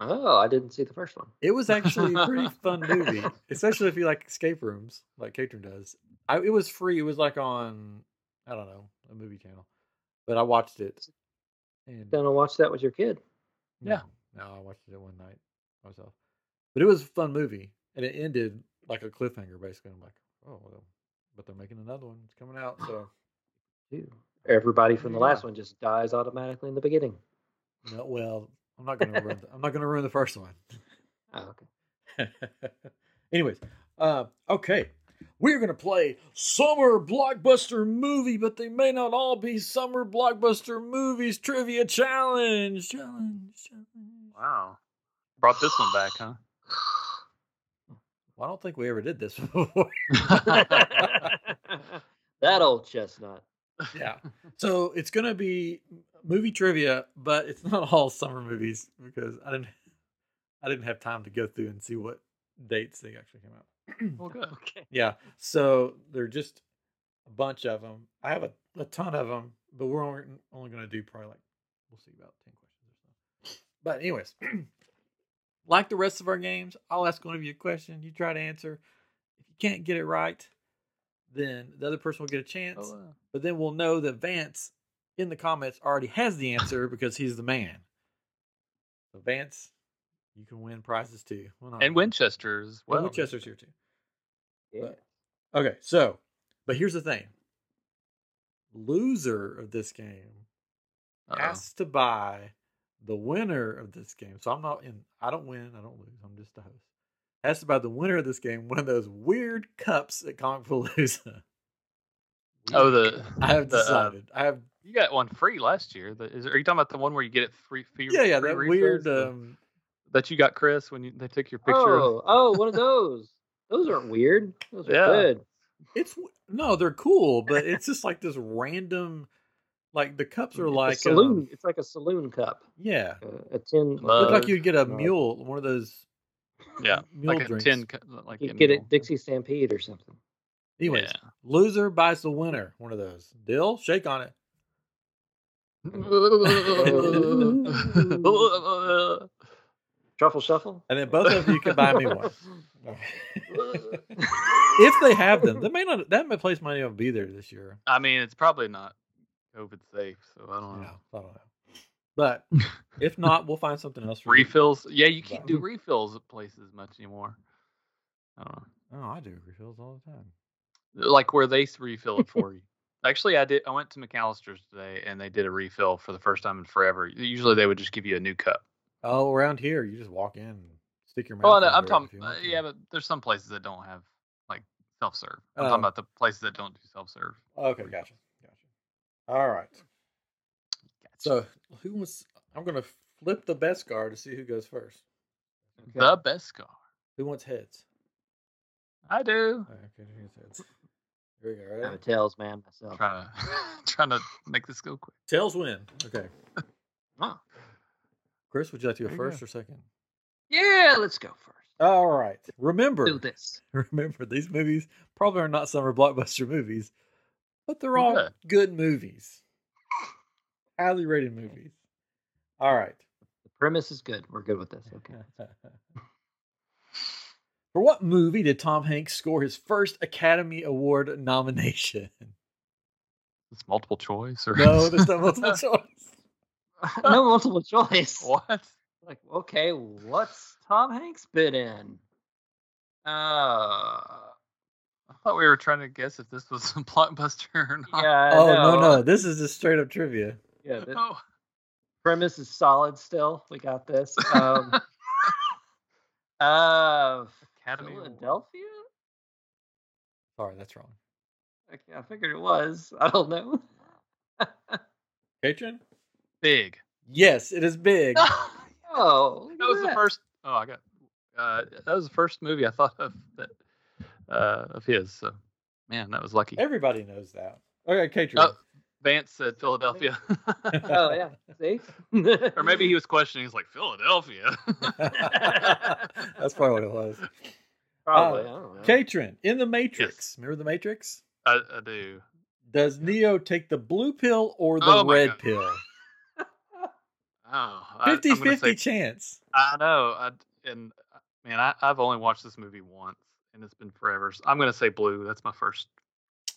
oh, I didn't see the first one. It was actually a pretty fun movie, especially if you like escape rooms, like Catron does. I, it was free. It was like on, I don't know, a movie channel, but I watched it. And Gonna watch that with your kid. no, no, I watched it one night myself. But it was a fun movie, and it ended like a cliffhanger, basically. I'm like, oh, well, but they're making another one. It's coming out, so too. Everybody from the Yeah. last one just dies automatically in the beginning. no. Well, I'm not gonna ruin. The, I'm not gonna ruin the first one. Oh, okay. Anyways, uh, okay. We're going to play Summer Blockbuster Movie, but they may not all be Summer Blockbuster Movies Trivia Challenge. Challenge, challenge. Wow. Brought this one back, huh? Well, I don't think we ever did this before. that old chestnut. yeah. So it's going to be movie trivia, but it's not all summer movies because I didn't I didn't have time to go through and see what dates they actually came out. Well, good. Okay. Yeah. So they're just a bunch of them. I have a, a ton of them, but we're only, only going to do probably like, we'll see about 10 questions or so. But, anyways, like the rest of our games, I'll ask one of you a question. You try to answer. If you can't get it right, then the other person will get a chance. Oh, wow. But then we'll know that Vance in the comments already has the answer because he's the man. So, Vance, you can win prizes too. Well, not and really. Winchester as And well. Winchester's here too. Yeah. Okay, so, but here's the thing. Loser of this game Uh-oh. has to buy the winner of this game. So I'm not in. I don't win. I don't lose. I'm just a host. asked about the winner of this game, one of those weird cups at Kong Palooza. Oh, the I have the, uh, decided. I have you got one free last year. The, is, are you talking about the one where you get it free? free yeah, yeah, free that refills? weird The- um that you got, Chris, when you, they took your picture. of- Oh, oh, one of those. Those aren't weird. Those are Yeah. good. it's no, they're cool, but it's just like this random like the cups are It's a like saloon. um, it's like a saloon cup. yeah. Uh, a tin. Mug. uh, Look like you'd get a mug. mule, one of those Oh Yeah, mule like a drinks. tin, cu- like You a get meal. it Dixie Stampede or something. Anyways, Yeah. loser buys the winner, one of those. Dill, shake on it. Truffle shuffle. And then both of you can buy me one. if they have them, that may not that may place might not even be there this year. I mean, it's probably not COVID safe, so I don't know. No, I don't know. But if not, we'll find something else. For you. Refills? Yeah, you can't do refills at places much anymore. I don't know. Oh, I do refills all the time. like where they s- refill it for you. Actually, I did. I went to McAllister's today, and they did a refill for the first time in forever. Usually, they would just give you a new cup. Oh, around here, you just walk in, and stick your mouth. Well, no, under I'm it if talking. you want uh, to. yeah, but there's some places that don't have like self serve. I'm Oh. talking about the places that don't do self serve. okay, gotcha, gotcha. All right. So who wants? I'm gonna flip the best guard to see who goes first. The best car. Who wants heads? I do. All right, okay, who wants heads? Here we go. I'm a Right? tails man I'm myself. trying to trying to make this go quick. Tails win. Okay. Oh. Chris, would you like to go There you first or second? Yeah, let's go first. All right. Remember, Do this. remember these movies probably are not summer blockbuster movies, but they're all Yeah. good movies. Highly rated movies. All right. The premise is good. We're good with this. Okay. For what movie did Tom Hanks score his first Academy Award nomination? It's multiple choice or No, there's no multiple choice. no multiple choice. what? Like, okay, what's Tom Hanks been in? Uh, I thought we were trying to guess if this was a blockbuster or not. yeah. Oh no, no, this is just straight up trivia. Yeah, the Oh, premise is solid. Still, we got this. Um, uh, Academy. Award. Philadelphia. Sorry, that's wrong. Okay, I figured it was. I don't know. Patron? Big. Yes, it is big. Oh, look that at was the first. Oh, I got. Uh, that was the first movie I thought of that uh, of his. So, man, that was lucky. Everybody knows that. Okay, Catron. Oh. Vance said Philadelphia, Oh yeah. See. or maybe he was questioning. He's like Philadelphia. That's probably what it was. probably. I don't know. Catron, in the Matrix. Remember the Matrix? I, I do. Does Neo take the blue pill or the Oh my red God. pill? Oh, 50 I, I'm gonna 50 say, chance. I know. I and uh, man, I, I've only watched this movie once, and it's been forever. So I'm gonna say blue. That's my first.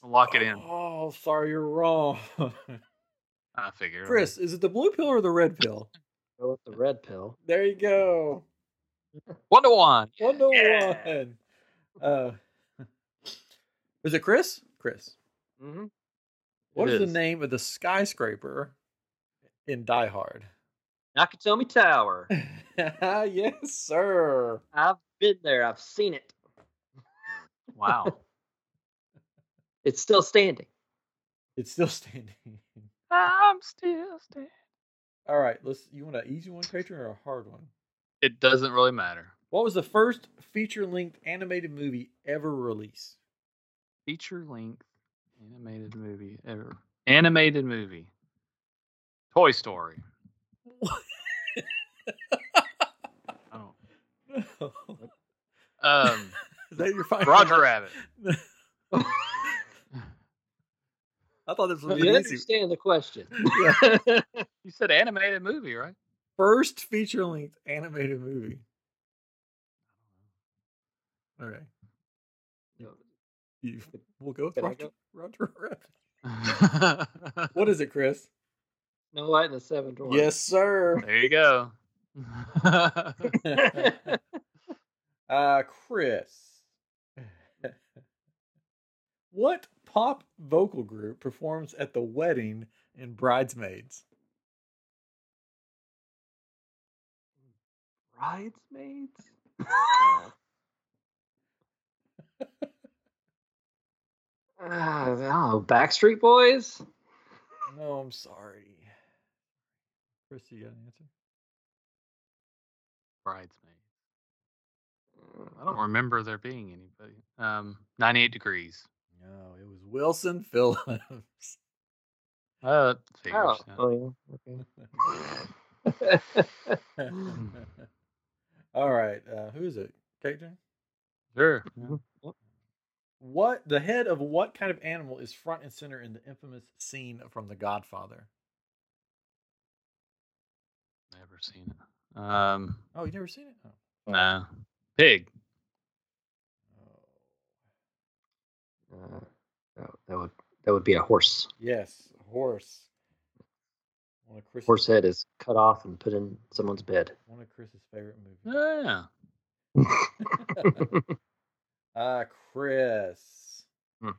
Lock it in. Oh, sorry, you're wrong. I figure. Chris, is it the blue pill or the red pill? Go with the red pill. There you go. one to one. One to Yeah. one. Uh, is it Chris? Chris. Mm-hmm. What It is, is. the name of the skyscraper in Die Hard? Nakatomi Tower. yes, sir. I've been there. I've seen it. Wow. It's still standing. It's still standing. I'm still standing. All right, let's. You want an easy one, Patron, or a hard one? It doesn't really matter. What was the first feature-length animated movie ever released? feature length animated movie ever. Animated movie. Toy Story. I don't. is Um, that your final? Roger Rabbit. I thought this was an You easy. understand the question. You said animated movie, right? First feature-length animated movie. All right, you, we'll go with Can I Roger, go? Roger Rabbit. there What is it, Chris? No light in the seven dwarfs. sir. you go. uh, Chris. what pop vocal group performs at the wedding in Bridesmaids? Bridesmaids. Uh, I don't know, Backstreet Boys. No, I'm sorry. Chris, you got an answer? Bridesmaid. I don't remember there being anybody. Um, 98 degrees. No, it was Wilson Phillips. Uh, figures, Oh, yeah. oh, yeah. Okay. All right, uh, who is it? Caitlin? Sure. What the head of what kind of animal is front and center in the infamous scene from The Godfather? Never seen it. Um, Oh, you never seen it? Oh. nah. Pig. oh. Uh, that, that would that would be a horse. Yes, horse. One of Chris's Horse head is cut off and put in someone's bed. One of Chris's favorite movies. Yeah. Ah, Chris. Hmm.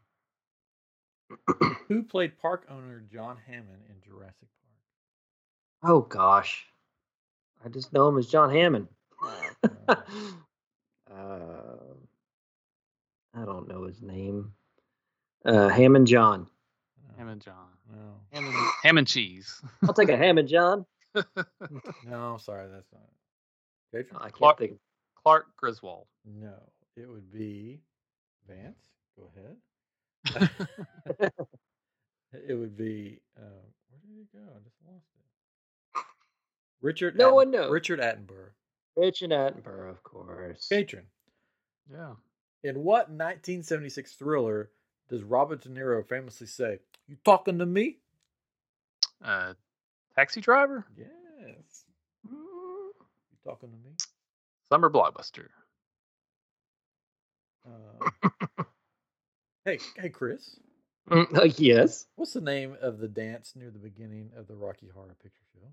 Who played park owner John Hammond in Jurassic Oh gosh, I just know him as John Hammond. uh, Park? I Uh, don't know his name. Uh, Hammond John. No, Ham and John. no, Ham and, ham and cheese. I'll take a Hammond John. no, I'm sorry, that's not it. Adrian? Oh, I can't Clark- think. Clark Griswold. No, it would be Vance. Go ahead. it would be um, where did it go? I just lost it. Richard. No Atten- one knows. Richard Attenborough. Richard Attenborough, of course. Patron. Yeah. In what 1976 thriller does Robert De Niro famously say, "You talking to me?" Uh, taxi driver. Yes. You talking to me? Summer blockbuster. Uh, hey, hey, Chris. Mm, uh, yes. What's the name of the dance near the beginning of the Rocky Horror Picture Show?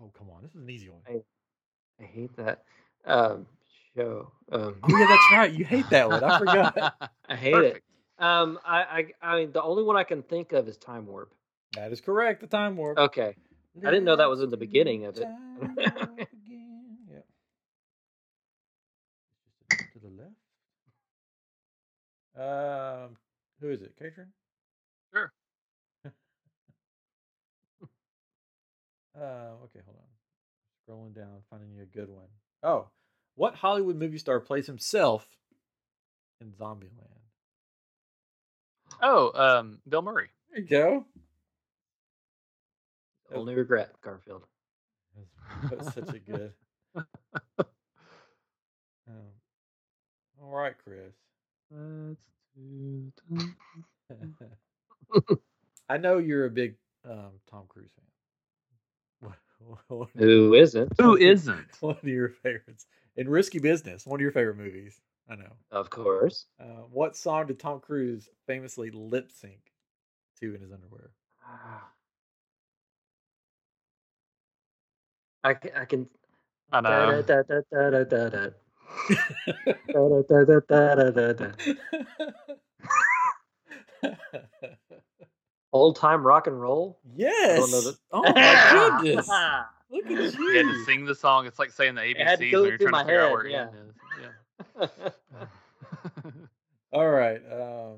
Oh, come on. This is an easy one. I- I hate that um, show. Um, Oh, yeah, that's right. You hate that one. I forgot. I hate Perfect. it. Um, I, I, I mean, the only one I can think of is Time Warp. that is correct. The time warp. Okay. I didn't know that was in the beginning of it. Time warp again. Yep. Just a bit to the left. Um, who is it? Katrin? Sure. Uh, okay, hold on. Scrolling down, finding you a good one. Oh, what Hollywood movie star plays himself in Zombieland? Oh, um, Bill Murray. There you go. Oh. Only regret, Garfield. That's, that's such a good. Um, all right, Chris. Mm. I know you're a big um, Tom Cruise fan. What, what, Who isn't? Who isn't? one of your favorites in Risky Business? One of your favorite movies. I know. Of course. Uh, what song did Tom Cruise famously lip sync to in his underwear? Ah. I can. I can I know. da- da- da- da- da- da. Da- da- da- da- da- da- da. Old time rock and roll. yes. that- Oh my goodness! Look at You had to you. sing the song. It's like saying the ABCs when had to go you're through trying to my figure out head, where yeah. it is. Yeah. All right. Um,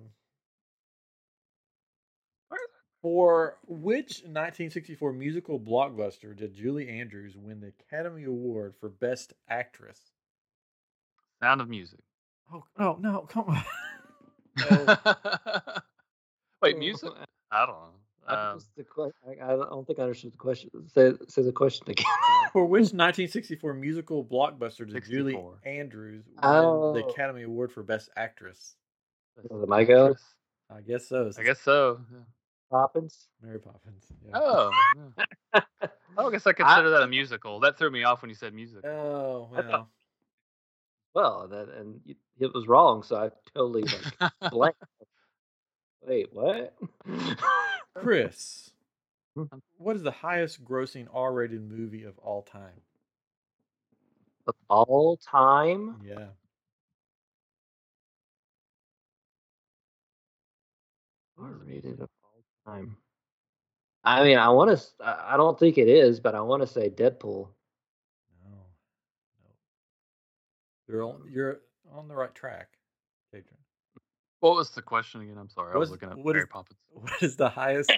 for which 1964 musical blockbuster did Julie Andrews win the Academy Award for Best Actress? Sound of Music. Oh, oh no! Come on. No. Oh, Wait, music? I don't know. That Um, was the que- I, I don't think I understood the question. Say, say the question again. Uh, For which 1964 musical blockbuster did Julie 64. Andrews win the Oh. Academy Award for Best Actress? Am I go? I guess so. I guess so. yeah. Poppins. Mary Poppins. yeah. Oh, yeah. Oh, I guess I Uh, consider that a musical. That threw me off when you said music. Oh, I thought- well. Well, that and y- it was wrong, so I totally like blank. Wait, what? Chris, Hmm. what is the highest grossing R rated movie of all time? Of All time? Yeah. Or rated of all time? I mean, I want to. I I don't think it is, but I want to say Deadpool. No. You're on, you're on the right track, Catron. What was the question again? I'm sorry. I What was is- looking up what is- Mary Poppins. What is the highest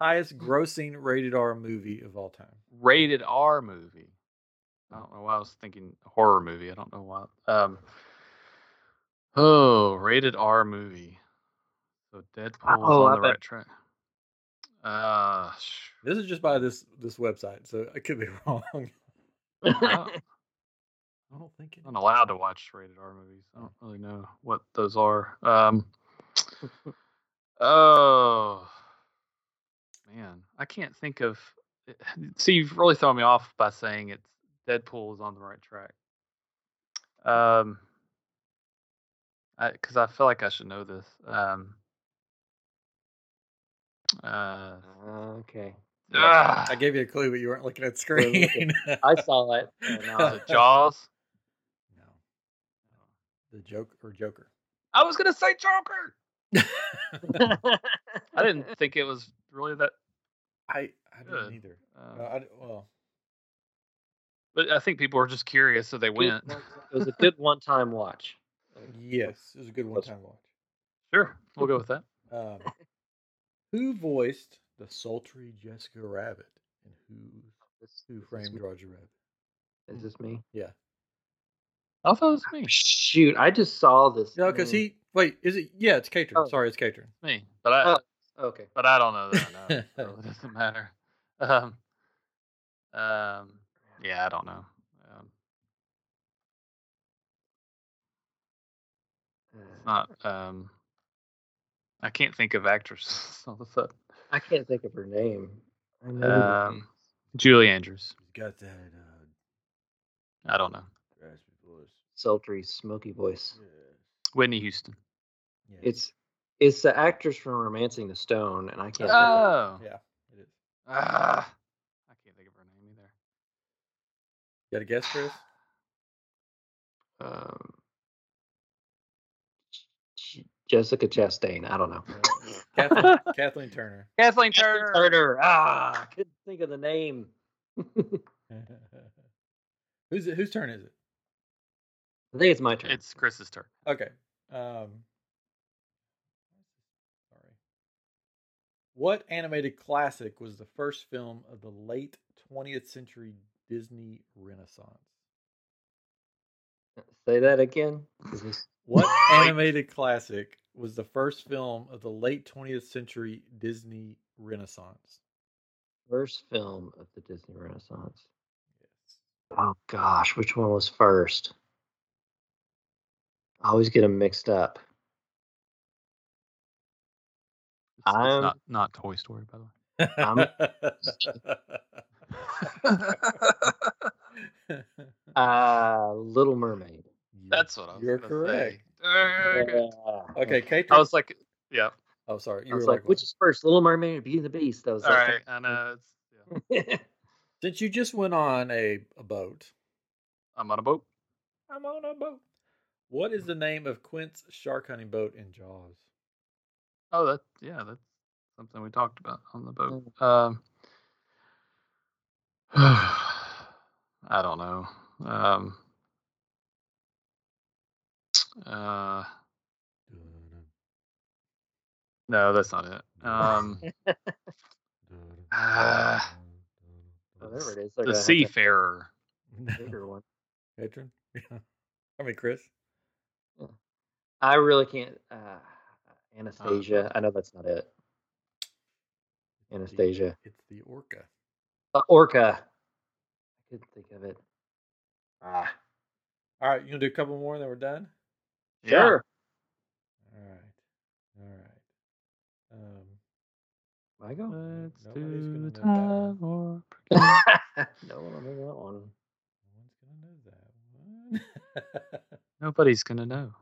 highest grossing rated R movie of all time? Rated R movie. I don't know why I was thinking horror movie. I don't know why. Um, oh, rated R movie. So Deadpool was Oh, on I the bet- right track. Uh, sh- This is just by this this website, so I could be wrong. I Uh, I- don't think it. I'm not allowed to watch rated R movies. I don't really know what those are. Um, oh man, I can't think of. See, you've really thrown me off by saying it's Deadpool is on the right track. Um, because I, feel like I should know this. Um, uh, okay. I ah, gave you a clue, but you weren't looking at the We're looking. screen. I saw it. And I was was like, it Jaws? No. The joke or Joker. I was gonna say Joker. I I didn't. didn't think it was really that. I I Good. didn't either. Um, Uh, I, d- well, But I think people were just curious, so they went. It was a good one-time watch. yes, it was a good one Let's- time watch. Sure, we'll go with that. Um, who voiced the sultry Jessica Rabbit, and who This- who this framed Is, Roger Rabbit? is this me? Yeah. I thought it was me. Shoot, I just saw this. No, because name. he wait. Is it? Yeah, it's Catron. Oh. Sorry, it's Catron. Me, but I Oh. Okay. but I don't know that. I know, so it doesn't matter. Um, um, yeah, I don't know. Um, it's Uh, not. Um, I can't think of actresses all of a sudden. I can't think of her name. I know her Um, Julie Andrews. He's got that uh, I don't know. raspy voice. sultry, smoky voice. Whitney Houston. Yeah. It's it's the actress from *Romancing the Stone*, and I can't. think Oh, yeah. It is. Ah, I can't think of her name either. You got a guess, Chris? of it. Um, J- Jessica Chastain. I don't know. Kathleen, Kathleen Turner. Kathleen Turner. Turner. Ah, I couldn't think of the name. I Who's it, whose turn is it? think it's my turn. It's Chris's turn. Okay. Um, sorry. What animated classic was the first film of the late 20th century Disney Renaissance? Uh, Say that again. Is this- What animated classic was the first film of the late 20th century Disney Renaissance? first film of the Disney Renaissance. Oh gosh, which one was first? I always get them mixed up. It's, it's I'm- not not Toy Story, by the way. Uh, Little Mermaid. That's what I was. You're gonna correct. say. Okay. Yeah. Okay, Kate. I was like, yeah. oh, sorry. You I was were like, which is first, Little Mermaid or Beauty and the Beast? That was All right, like, I know. It's, Hmm. yeah. Since you just went on a, a boat, I'm on a boat. I'm on a boat. What is the name of Quint's shark hunting boat in Jaws? Oh, that yeah, that's something we talked about on the boat. Hmm. Um, I don't know. Um, uh, no, that's not it. Um, Ah. oh, there it is. the Okay, I had Seafarer. that bigger one. Patron? Yeah. I mean, Chris? I really can't. Uh, Oh, Anastasia. I know that's not it. Anastasia. It's the orca. Uh, Orca. I couldn't think of it. Ah, All right, you gonna do a couple more and then we're done? sure. All right. All right. Um, I go. Yeah. Let's Nobody's do gonna a know that one. time warp. no Uh. one will know that one. no one's gonna know that one. Nobody's gonna know.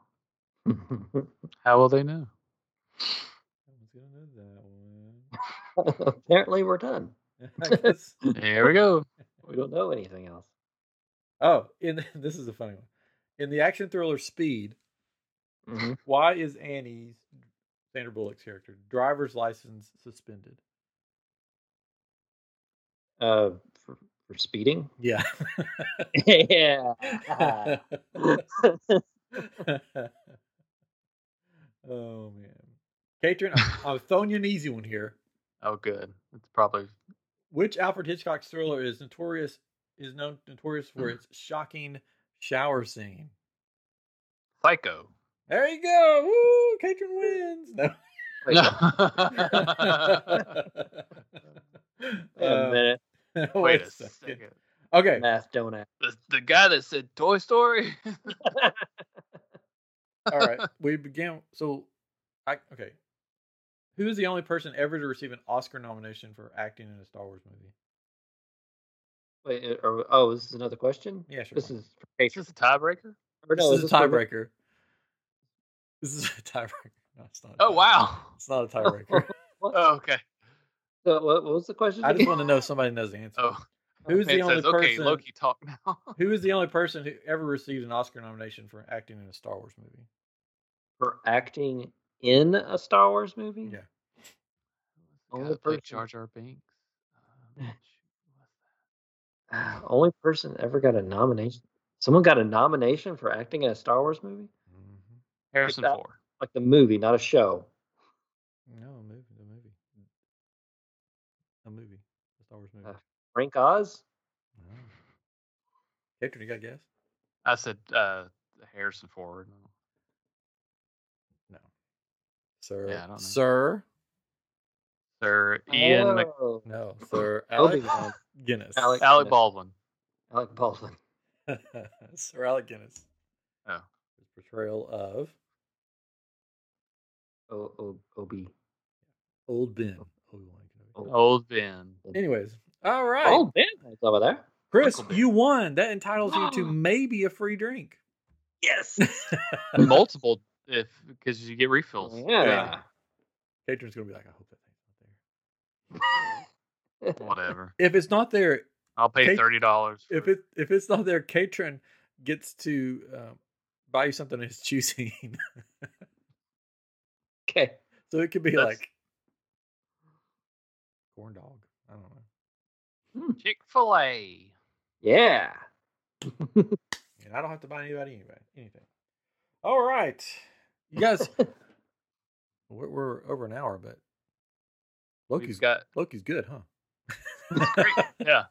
How will they know? no one's gonna know that one. Apparently, we're done. I guess- Here we go. We don't know anything else. Oh, in the- this is a funny one. In the action thriller Speed, Mm-hmm. why is Annie's Sandra Bullock's character driver's license suspended? Uh, for, for for speeding. Yeah. yeah. oh man, Katrin, I'm, I'm throwing you an easy one here. Oh, good. It's probably Which Alfred Hitchcock thriller is notorious is known notorious for its shocking shower scene? Psycho. There you go. Woo! Katrin wins. No. Oh, Wait a Uh, minute. wait, Wait a second. Okay. Math don't act. The, the guy that said Toy Story. All right. We began. So, I okay. Who is the only person ever to receive an Oscar nomination for acting in a Star Wars movie? Wait, uh, are, oh, this is another question? Yeah, sure. This why not? is for Is this a tiebreaker? or no, this is a for- tiebreaker. This is a tiebreaker. No, it's not. a Oh tiebreaker. wow. It's not a tiebreaker. What? Oh, okay. So what, what was the question? I just again? want to know if somebody knows the answer. Oh, Who's the it only says, okay, person- Loki talk now. Who is the only person who ever received an Oscar nomination for acting in a Star Wars movie? for acting in a Star Wars movie? Yeah. Only Gotta play person- Jar Jar Binks. Um, Ah, Only person ever got a nomination. Someone got a nomination for acting in a Star Wars movie? Mm-hmm. Harrison that- Ford. Like the movie, not a show. No, a movie. The movie. A movie. A Star Wars movie. Uh. Frank Oz? No. Hector, you got a guess? I said uh, Harrison Ford. No. Sir. Yeah, I don't know. Sir. Sir Ian Mc- Oh, No, Sir Alec Obi-Wan. Guinness. Alec- Alec Yes. Baldwin. Alec Baldwin. Sir Alec Guinness. Oh. His portrayal of O- O- OB. Old Ben. Obi-Wan Kenobi. Oh. Old Ben. Anyways, all right, Oh, Ben is over there. Chris, Uncle Ben. you won. That entitles you to maybe a free drink. Yes. Multiple, if because you get refills. yeah. Catron's gonna be like, I hope that thing's Whatever. not there. If it's not there, I'll pay Take- thirty dollars. if it if it's not there, Catron gets to um, buy you something of his choosing. okay. so it could be That's- like corn dog. I don't know. Chick Fil A. Yeah. And I don't have to buy anybody anyway, anything. All right. You guys, we're, we're over an hour, but Loki's We've got Loki's good, huh? yeah.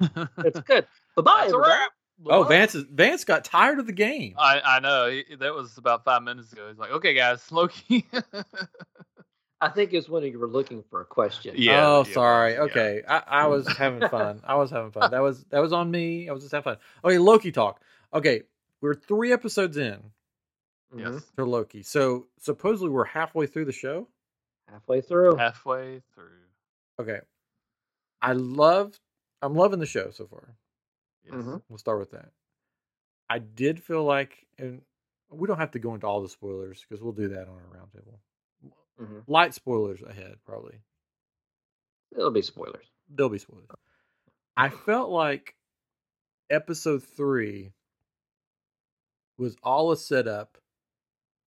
That's good. Bye bye. That's a wrap. oh, Vance is, Vance got tired of the game. I, I know he- that was about five minutes ago. He's like, "Okay, guys, Loki." Mm-hmm. I think it's when you were looking for a question. Yeah. oh, yeah, sorry. yeah. Okay, I, I was having fun. I was having fun. That was that was on me. I was just having fun. Okay, Loki talk. Okay, we're three episodes in Mhm. yes, to Loki. So supposedly we're halfway through the show. Halfway through. halfway through. Okay, I love. I'm loving the show so far. Yes. Mhm. We'll start with that. I did feel like, and we don't have to go into all the spoilers because we'll do that on our roundtable. Mm-hmm. Mhm. Light spoilers ahead, probably. It'll be spoilers. There'll be spoilers. I felt like episode three was all a setup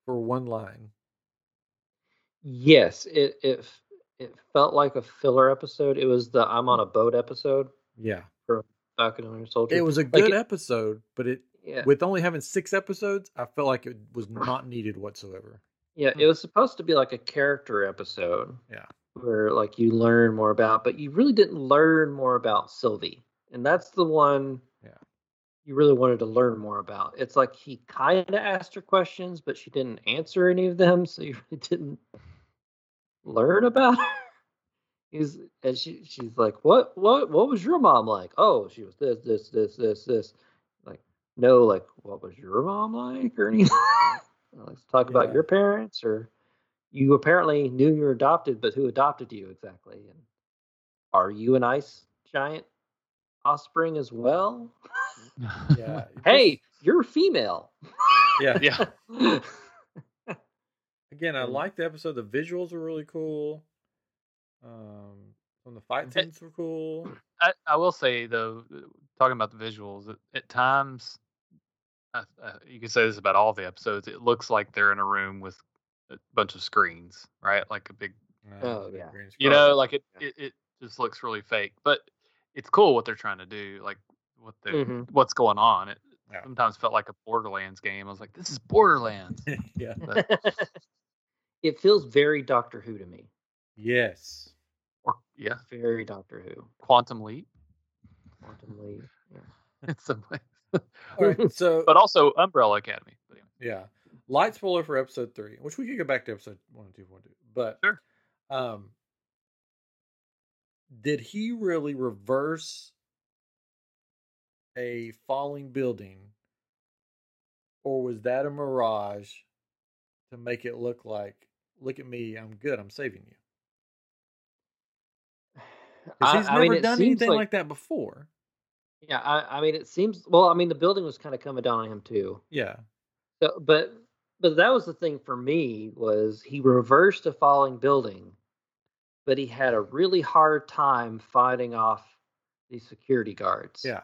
for one line. Yes, it it f- it felt like a filler episode. It was the I'm on a boat episode, Yeah. Falcon and Winter Soldier. It was a Like good it- episode, but it yeah, with only having six episodes, I felt like it was not needed whatsoever. yeah. It was supposed to be like a character episode. Yeah. where like you learn more about, but you really didn't learn more about Sylvie, and that's the one. Yeah. you really wanted to learn more about. It's like he kind of asked her questions, but she didn't answer any of them, so you really didn't learn about her. He's and she she's like, what what what was your mom like? Oh, she was this this this this this. Like no, like what was your mom like or anything? Let's talk Yeah. about your parents or you apparently knew you were adopted, but who adopted you exactly? And are you an ice giant offspring as well? Yeah. hey, you're female. Yeah. yeah. Again, I Mm. liked the episode. The visuals were really cool. Um, some of the fight Th- scenes were cool. I, I will say though, uh, talking about the visuals, at, at times, I, I, you can say this about all the episodes. It looks like they're in a room with a bunch of screens, right? Like a big, Uh, Oh, the yeah. green you screen. know, like it, it, it just looks really fake. But it's cool what they're trying to do, like what the Mhm. what's going on. It Yeah. sometimes felt like a Borderlands game. I was like, this is Borderlands. yeah. it feels very Doctor Who to me. Yes. or yeah, Very Doctor Who. Quantum Leap Quantum Leap. yeah. in some way. All right. So But also Umbrella Academy. But anyway, yeah, light spoiler for episode three, which we could go back to episode one and two, if we want to. But Sure. um, did he really reverse a falling building, or was that a mirage to make it look like, look at me, I'm good, I'm saving you? 'Cause he's never it done seems anything like that before. Yeah, I, I mean, it seems. Well, I mean, the building was kind of coming down on him too. Yeah. So, but but that was the thing for me was he reversed a falling building, but he had a really hard time fighting off these security guards. Yeah.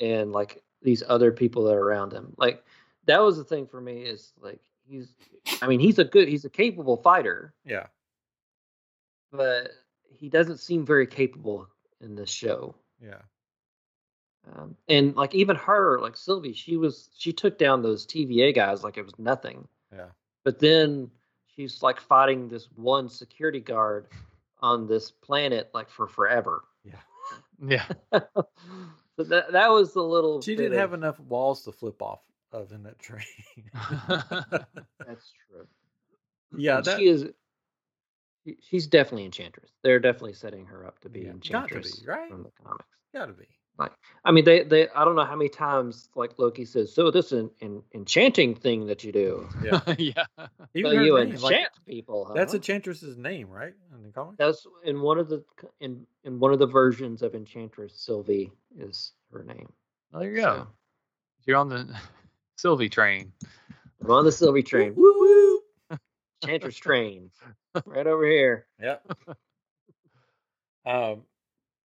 and like these other people that are around him. Like that was the thing for me is like he's. I mean, he's a good, he's a capable fighter, Yeah. but he doesn't seem very capable in this show. Yeah. Um, and like even her, like Sylvie, she was she took down those TVA guys like it was nothing. Yeah. But then she's like fighting this one security guard on this planet like for forever. yeah. so that that was the little. She bit didn't have of- enough walls to flip off of in that train. That's true. yeah, And that, she is. she- She's definitely Enchantress. They're definitely setting her up to be Yeah, got to be, Enchantress right? from the comics. gotta be. I mean, they, they I don't know how many times like Loki says, "So this is an, an enchanting thing that you do." yeah. Even so her you name, enchant like, people. Huh? that's Enchantress's name, right? In the comic? Uh-huh. that's in one of the in in one of the versions of Enchantress. Sylvie is her name. Well, there you go. So, You're on the Sylvie train. I'm on the Sylvie train, Woo woo. Enchantress train, right over here. Yep. um,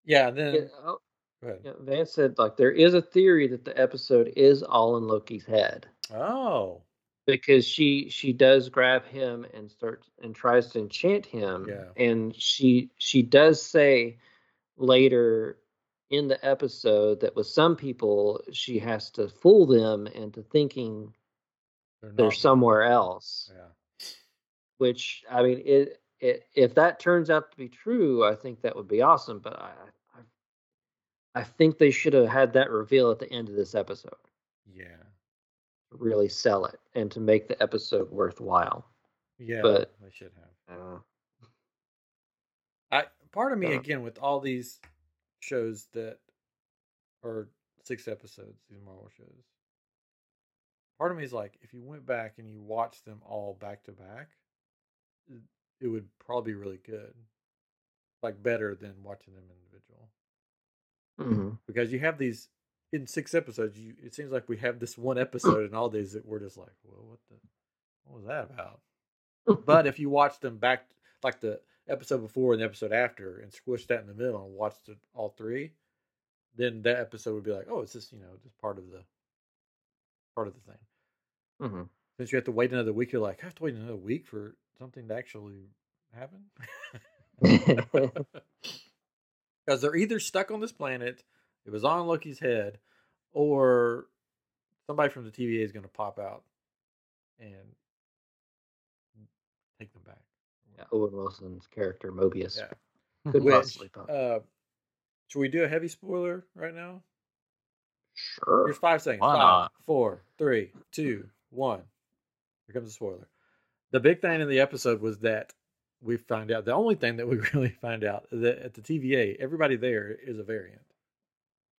yeah. and Then Yeah, oh, go ahead. yeah, Vance said like there is a theory that the episode is all in Loki's head Oh, because she she does grab him and starts and tries to enchant him, Yeah. and she she does say later in the episode that with some people she has to fool them into thinking they're they're not- somewhere else Yeah. which i mean it, it if that turns out to be true i think that would be awesome but i i, I think they should have had that reveal at the end of this episode Yeah. to really sell it and to make the episode worthwhile Yeah. But- they should have. uh, I part of me Uh, again with all these shows that are six episodes, these Marvel shows. Part of me is like, if you went back and you watched them all back to back, it- it would probably be really good, like better than watching them individual mhm. because you have these in six episodes. You it seems like we have this one episode, and all these that we're just like, well, what the, what was that about? But if you watch them back, like the episode before and the episode after, and squish that in the middle and watch the, all three, then that episode would be like, oh, it's just you know just part of the part of the thing. Mm-hmm. Mhm. Since you have to wait another week, you're like, I have to wait another week for something to actually happen. Because they're either stuck on this planet, it was on Loki's head, or somebody from the TVA is going to pop out and take them back. Yeah, owen wilson's character mobius Yeah. could Which, possibly pop. Uh, should we do a heavy spoiler right now? sure Here's five seconds. Why Five, not? four, three, two, one. Here comes the spoiler. The big thing in the episode was that we find out the only thing that we really find out is that at the TVA, everybody there is a variant,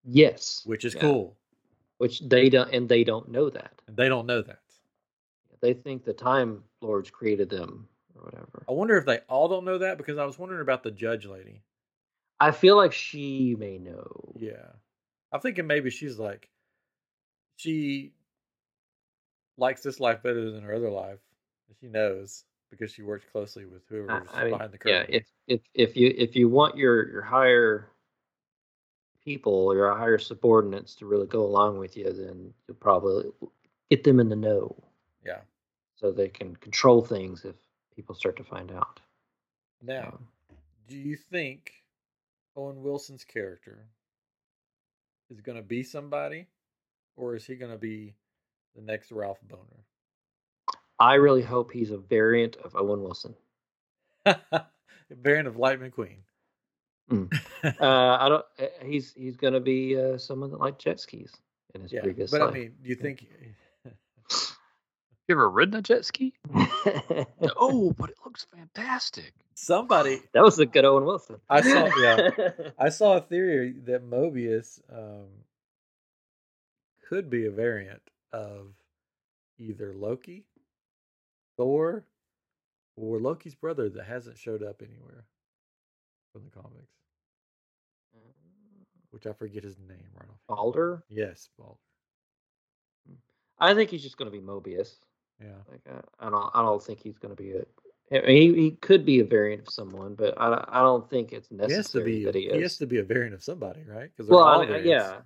yes which is Yeah. cool. which they don't and they don't know that And they don't know that. they think the time lords created them or whatever I wonder if they all don't know that because I was wondering about the judge lady. I feel like she may know. Yeah. I'm thinking maybe she's like, she likes this life better than her other life. and She knows because she works closely with I- whoever's I mean, behind the yeah. curtain. If if if you if you want your your higher people, your higher subordinates to really go along with you, then you'll probably get them in the know yeah. so they can control things if people start to find out. Now, Um, do you think Owen Wilson's character is going to be somebody, or is he going to be the next Ralph Boner? I really hope he's a variant of Owen Wilson. Baron of Light McQueen. Uh, I don't. uh, He's he's going to be uh, someone that liked jet skis in his Yeah, previous but life. I mean, do you think? You ever ridden a jet ski? oh, but it looks fantastic. Somebody that was a good Owen Wilson. I saw- I saw a theory that Mobius um, could be a variant of either Loki, Thor, or Loki's brother that hasn't showed up anywhere from the comics, which I forget his name right off. Balder. Yes, Balder. I think he's just going to be Mobius. Yeah. Like I, I don't I don't think he's going to be a. I mean, he, he could be a variant of someone, but I, I don't think it's He has to necessary be. that he is. He has to be a variant of somebody, right? Because well, I mean, yeah,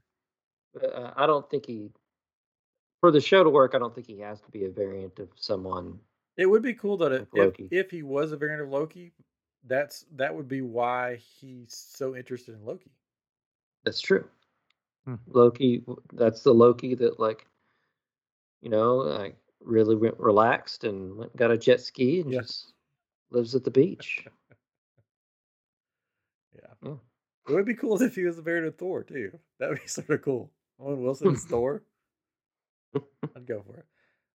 but, uh, I don't think he for the show to work. I don't think he has to be a variant of someone. It would be cool that it, Like if Loki. if he was a variant of Loki, that's that would be why he's so interested in Loki. That's true. Hmm. Loki. That's the Loki that like, you know, like really went relaxed and went, and got a jet ski and Yeah. just lives at the beach. Yeah. Yeah. It would be cool if he was a variant of Thor too. That would be sort of cool. Owen Wilson is Thor. I'd go for it.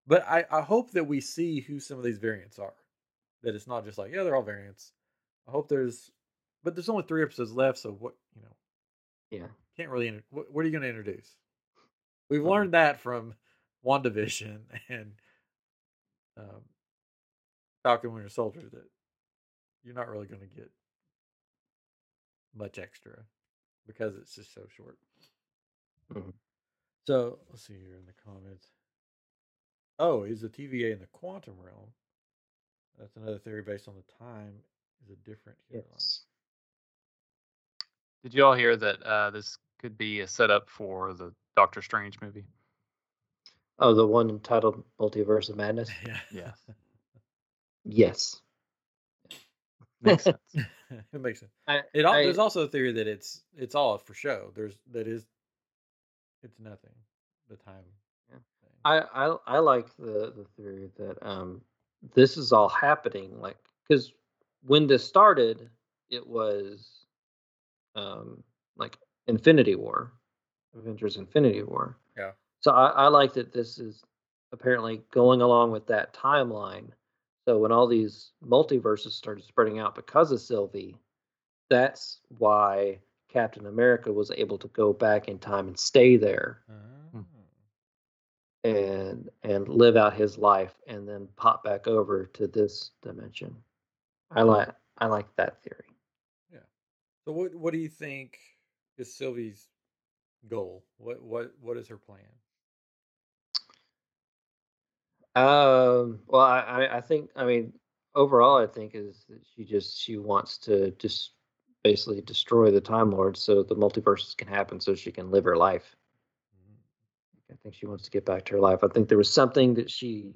But I, I hope that we see who some of these variants are. That it's not just like, yeah, they're all variants. I hope there's but there's only three episodes left, so what you know, Yeah. can't really inter- what, what are you gonna introduce? We've Um, learned that from WandaVision and um, Falcon Winter Soldier that you're not really gonna get much extra because it's just so short. Mhm. So let's see here in the comments. Oh, is the TVA in the quantum realm? That's another theory based on the time is a different hero line. Yes. Did you all hear that uh, this could be a setup for the Doctor Strange movie? Oh, the one entitled "Multiverse of Madness." Yeah. Yes. Yes. Makes sense. it makes sense. I, It all, I- there's also a theory that it's it's all for show. There's that is it's nothing. The time. Yeah. thing. I I, I like the, the theory that um this is all happening like because when this started it was um like Infinity War, Avengers Infinity War. Yeah. So I, I like that this is apparently going along with that timeline. So when all these multiverses started spreading out because of Sylvie, that's why Captain America was able to go back in time and stay there Hmm. Ah. and and live out his life and then pop back over to this dimension. I like I like that theory. So what what do you think is Sylvie's goal? What what what is her plan? Um well I, I, I think I mean overall I think is that she just she wants to just basically destroy the time lord so the multiverses can happen so she can live her life. Mm, I think she wants to get back to her life. I think there was something that she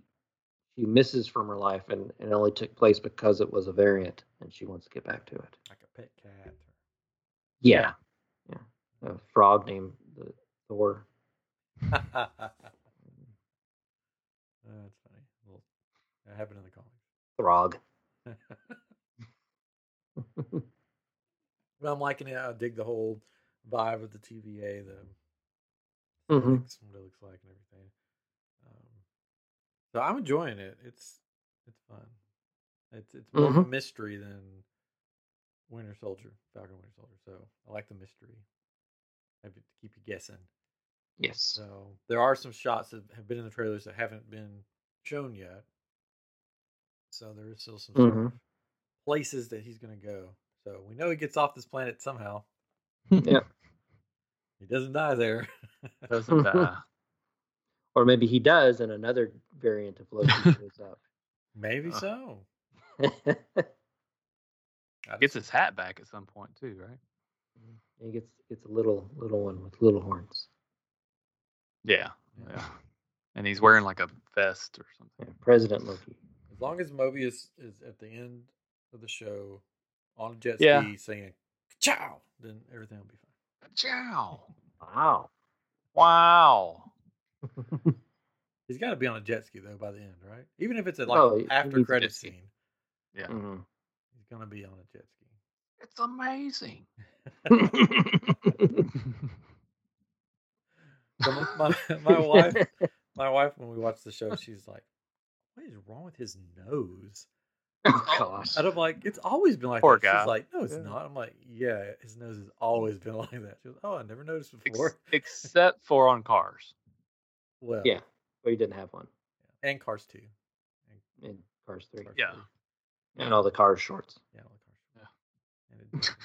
she misses from her life and, and it only took place because it was a variant and she wants to get back to it. Like a pet cat. Yeah. Yeah. A frog named the Thor. That's funny. Well, that happened in the comics. Throg. but I'm liking it. I dig the whole vibe of the TVA, the Mhm. Mm-hmm. looks, what it looks like, and everything. Um, so I'm enjoying it. It's it's fun. It's it's more Mm-hmm. of a mystery than Winter Soldier, Falcon Winter Soldier. So I like the mystery. Have it to keep you guessing. Yes. So there are some shots that have been in the trailers that haven't been shown yet. So there is still some sort Mm-hmm. Mhm. of places that he's going to go. So we know he gets off this planet somehow. Yep. He doesn't die there. Doesn't uh, Or maybe he does and another variant of Loki shows up. Maybe Uh, so. I gets just- his hat back at some point too, right? he gets gets a little little one with little horns. Yeah. Yeah. Yeah. And he's wearing like a vest or something. Yeah, President Loki. As long as Mobius is at the end of the show on a jet Yeah. ski saying "ciao," then everything will be fine. Chow. Wow. Wow. He's got to be on a jet ski though by the end, right? Even if it's a like Oh, he- he after needs a credit jet ski. scene, Yeah. Mhm. he's gonna be on a jet ski. It's amazing. So my, my, my wife, my wife, when we watch the show, she's like, "What is wrong with his nose?" oh, gosh. And I'm like, "It's always been like Poor that." guy. She's like, "No, it's Yeah. not." I'm like, "Yeah, his nose has always been like that." She goes, "Oh, I never noticed Ex- before." except for on cars. Well, Yeah. Well, you didn't have one and Cars too. in Cars 3. Cars Yeah. 2. And all the Cars shorts. yeah, all the Yeah. Cars.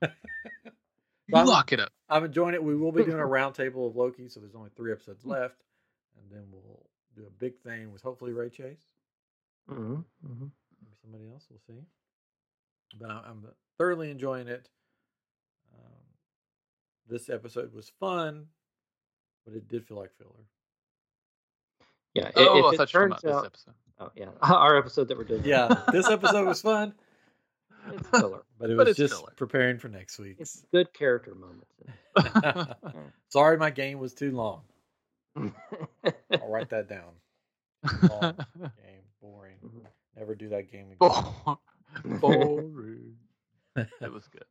And it- You Well, I'm- lock it up. I'm enjoying it. We will be doing a roundtable of Loki, so there's only three episodes Mm. left, and then we'll do a big thing with hopefully Ray Chase, Mm-hmm. Mm-hmm. maybe somebody else. We'll see. But I- I'm thoroughly enjoying it. Um, this episode was fun, but it did feel like filler. Yeah. i- Oh, if I it thought you were talking turns about out- this episode. Oh, yeah. Our episode that we're doing. Yeah, this episode was fun, It's filler. but it was But it's just filler. preparing for next It's week's. good character moments. in Sorry, my game was too long. it. I'll write that down. Game boring. Mhm. Never do that game again. Bor- Boring. It was good.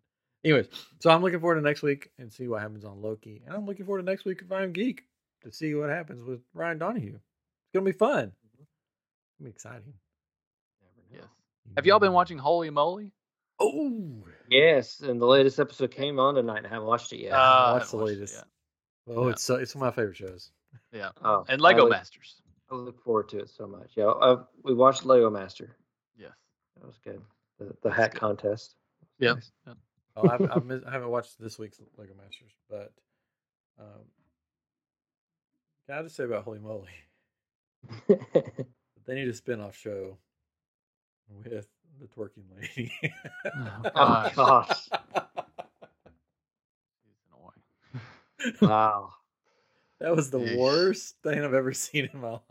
Anyways, so I'm looking forward to next week and see what happens on Loki, and I'm looking forward to next week if I'm geek to see what happens with Ryan Donahue. It's gonna be fun. Mm-hmm. It's gonna be exciting. Yes. Have y'all been watching Holy Moly? Oh, Yes, and the latest episode came on tonight. and I haven't watched it yet. Uh, I what's the watched it latest? yet. Oh, Yeah. it's so, it's one of my favorite shows. Yeah. oh, And I Lego look, Masters. I look forward to it so much. Yeah, I, we watched Lego Master. Yes. That was good. The, the hat good. contest. Yep. Nice. yep. Oh, I've, I've missed, I haven't watched this week's Lego Masters, but um, can I just say about Holy Moly? They need a spin-off show with the twerking lady. Oh, oh gosh. gosh! He's annoying. Wow. That was the Yeesh. worst thing I've ever seen in my life.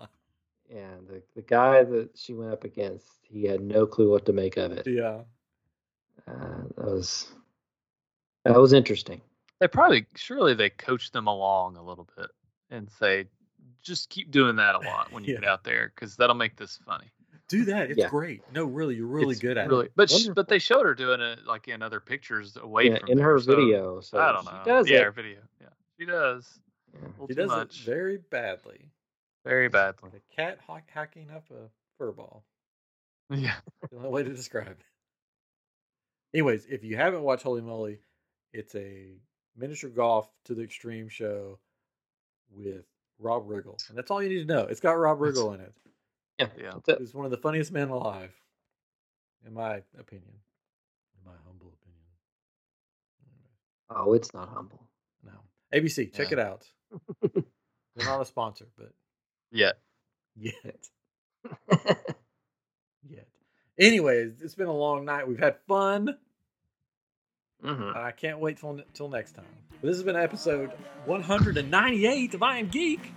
And the, the guy that she went up against, he had no clue what to make of it. Yeah. Uh, that was that was interesting. They probably, surely they coach them along a little bit and say, just keep doing that a lot when you Yeah. get out there because that'll make this funny. Do that. It's Yeah. great. No, really, you're really It's good at really, it. But sh- Wonderful. but they showed her doing it like in other pictures away Yeah, from in there, her so video, so I don't know. she does yeah, her it. video. Yeah, she does. Yeah. A little He too does much. it very badly. very badly. The cat hack- hacking up a fur ball. Yeah. The only way to describe it. Anyways, if you haven't watched Holy Moly, it's a miniature golf to the extreme show with Rob Riggle. And that's all you need to know. It's got Rob Riggle in it. Yeah. That's it. He's one of the funniest men alive, in my opinion. In my humble opinion. Oh, it's not humble. No. ABC, check it out. They're not a sponsor, but Yeah. yet. Yet. Anyways, it's been a long night. We've had fun. Mhm. I can't wait till, till next time. This has been episode 198 of I Am Geek.